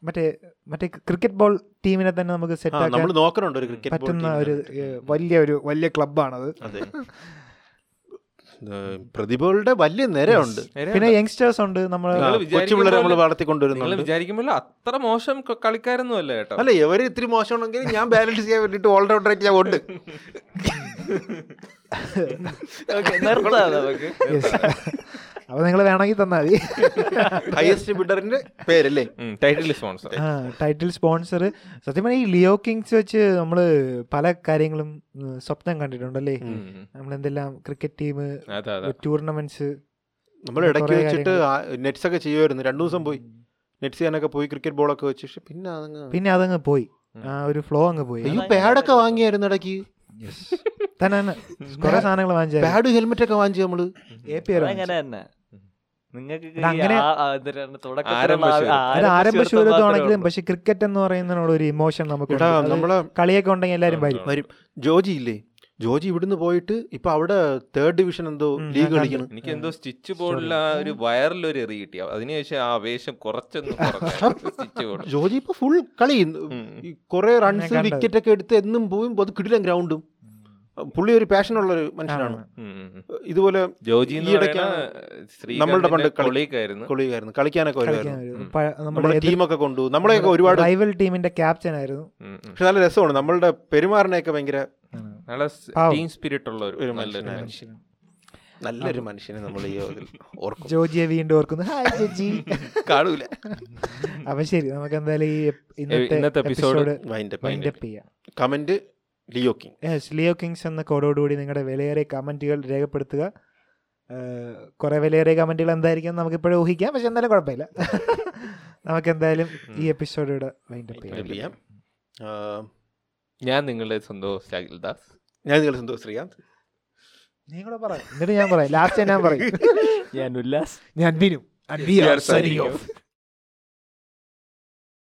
മറ്റേ മറ്റേ ക്രിക്കറ്റ് ബോൾ ടീമിനെ തന്നെ നമുക്ക്
ആ
സെറ്റ് ആക്കാൻ
നമ്മൾ നോക്കണുണ്ട് ഒരു ക്രിക്കറ്റ് ബോൾ
പറ്റുന്ന
team.
ഒരു ഏഹ്, വലിയ ഒരു വലിയ ക്ലബ്ബാണത്
അതെ ഏ, പ്രതിഭകളുടെ വലിയ നിരയുണ്ട്
നേരെ
പിന്നെ യങ്സ്റ്റേഴ്സ് ഉണ്ട് നമ്മൾ
ആ,
നിങ്ങള്
കൊച്ചു പിള്ളേരെ നമ്മൾ
വിചാരിക്കുന്ന നിങ്ങൾ
വളർത്തിക്കൊണ്ടുവരുന്നുണ്ട്
വിചാരിക്കുമ്പോൾ അത്ര മോശം ക- കളിക്കാരൊന്നും അല്ല കേട്ടോ
അല്ല ഇവര് ഇത്തിരി മോശമാണെങ്കിൽ ഞാൻ ബാലൻസ് ചെയ്യാൻ വേണ്ടിട്ട് ഓൾറൗണ്ടർ ആയിട്ട് ഞാൻ ഉണ്ട്
നിർത്താം നമുക്ക്
അപ്പൊ നിങ്ങൾ വേണമെങ്കിൽ തന്നാൽ മതി
ഹയസ്റ്റ് ബിഡറിന്റെ പേരല്ലേ
ടൈറ്റിൽ സ്പോൺസർ
ടൈറ്റിൽ സ്പോൺസർ സത്യം പറഞ്ഞാൽ ഈ ലിയോ കിങ്സ് വെച്ച് നമ്മൾ പല കാര്യങ്ങളും ഉം, സ്വപ്നം കണ്ടിട്ടുണ്ടല്ലേ നമ്മളെന്തെല്ലാം ക്രിക്കറ്റ് ടീം
അതെ അതെ
ടൂർണമെന്റ്സ്
നമ്മൾ ഇടയ്ക്ക്
കുറേ
വെച്ചിട്ട് നെറ്റ്സ് ഒക്കെ ചെയ്യുമായിരുന്നു രണ്ടു ദിവസം പോയി നെറ്റ്സ് ചെയ്യാനൊക്കെ പോയി ക്രിക്കറ്റ് ബോളൊക്കെ വെച്ച് പക്ഷെ പിന്നെ അതങ്ങ്
പിന്നെ അതങ്ങ് പോയി ആ ഒരു ഫ്ലോ അങ്ങ് പോയി
അയ്യോ പാഡൊക്കെ വാങ്ങിയായിരുന്നു ഇടയ്ക്ക്
തന്നെ തന്നെ കുറെ സാധനങ്ങൾ വാങ്ങിച്ചായിരുന്നു
പാഡ് ഹെൽമെറ്റ് ഒക്കെ വാങ്ങിച്ചു നമ്മള്
എ പി വരെ
അങ്ങനെ തന്നെ നിങ്ങൾക്ക്
അത് അങ്ങനെ-
തുടക്കത്തിലുള്ള
ആരംഭ
ആ-
ശൂരം.
ആ
അത് ആരംഭ
മാത്രമേ
ശൂരത്വമാണെങ്കിലും
ഉള്ളൂ.
പക്ഷെ ക്രിക്കറ്റ് എന്ന് പറയുന്നതിനോട് ഒരു ഇമോഷൻ നമുക്ക്
എടാ
ഉണ്ട്. അത്
നമ്മളെ
കളിയൊക്കെ ഉണ്ടെങ്കിൽ എല്ലാരും വരും
വരും ജോജി ഇല്ലേ ജോജി ഇവിടുന്ന് പോയിട്ട് ഇപ്പൊ അവിടെ തേർഡ് ഡിവിഷൻ എന്തോ
ഉം,
ലീഗ്
ഞാൻ
കളിക്കണം
എനിക്ക് എന്തോ സ്റ്റിച്ച് ബോർഡിൽ ആ ഒരു വയറിൽ ഒരു എറി കിട്ടി അതിനുശേഷം ആ ആവേശം കുറച്ചൊന്നും സ്റ്റിച്ച് ബോർഡ്
ജോജി ഇപ്പൊ ഫുൾ കളി കുറെ റൺസ്
കണ്ടത്.
വിക്കറ്റ് ഒക്കെ എടുത്ത് എന്നും പോയും അത് കിടിലം ഗ്രൗണ്ടും പുള്ളി ഒരു പാഷൻ ഉള്ള ഒരു മനുഷ്യനാണ് ഇതുപോലെ
ജോജി എന്ന്
ഈ ഇടയ്ക്ക്
പറയുന്ന
നമ്മളുടെ പണ്ട് കളി-
കൊളീക്കായിരുന്നു
കൊള്ളിയായിരുന്നു കളിക്കാനൊക്കെ
കളിക്കാൻ
വരുമായിരുന്നു
വരും. പ- നമ്മുടെ
നമ്മുടെ ടീമൊക്കെ കൊണ്ടു നമ്മളെയൊക്കെ ഒരുപാട്
റൈവൽ ടീമിന്റെ ക്യാപ്റ്റൻ ആയിരുന്നു
പക്ഷെ നല്ല രസമാണ് നമ്മളുടെ പെരുമാറിനെയൊക്കെ ഭയങ്കര
നല്ല
പാവം.
ടീം സ്പിരിറ്റ് ഉള്ള ഒരു
ഒരു
നല്ലൊരു
മനുഷ്യനാണ്.
മനുഷ്യൻ
നല്ലൊരു മനുഷ്യനെ നമ്മൾ ഈ ഇതിൽ ഓർക്കും
ജോജിയെ വീണ്ടും ഓർക്കുന്നു ഹായ് ജോജി
കാണൂല
അപ്പൊ ശരി നമുക്ക് എന്തായാലും ഈ എപ്-
ഇന്നത്തെ
ഇന്നത്തെ
episode
എപ്പിസോഡ്
മൈൻഡ്
മൈൻഡപ്പ് ചെയ്യാം
comment Leo King
Yes, Leo Kings എന്ന കോഡോടുകൂടി നിങ്ങളുടെ വിലയേറിയ കമന്റുകൾ രേഖപ്പെടുത്തുക ഏഹ്, കുറെ വിലയേറിയ കമന്റുകൾ എന്തായിരിക്കും എന്ന് നമുക്ക് ഇപ്പോഴും ഊഹിക്കാം പക്ഷെ എന്തായാലും കുഴപ്പമില്ല നമുക്ക് എന്തായാലും ഈ എപ്പിസോഡ് ഇവിടെ വൈൻഡപ്പ് ചെയ്യാം
Wind up ചെയ്യാം ആ,
ഞാൻ നിങ്ങളുടെ സ്വന്തം ശാഖിൽ ദാസ്
ഞാൻ നിങ്ങൾ സന്തോഷ് ശ്രീകാന്ത്
നീ കൂടെ പറ എന്നിട്ട് ഞാൻ പറയാം ലാസ്റ്റ് ഞാൻ പറയും
ഞാൻ ഉല്ലാസ്
ഞാൻ വിനും And we are signing off.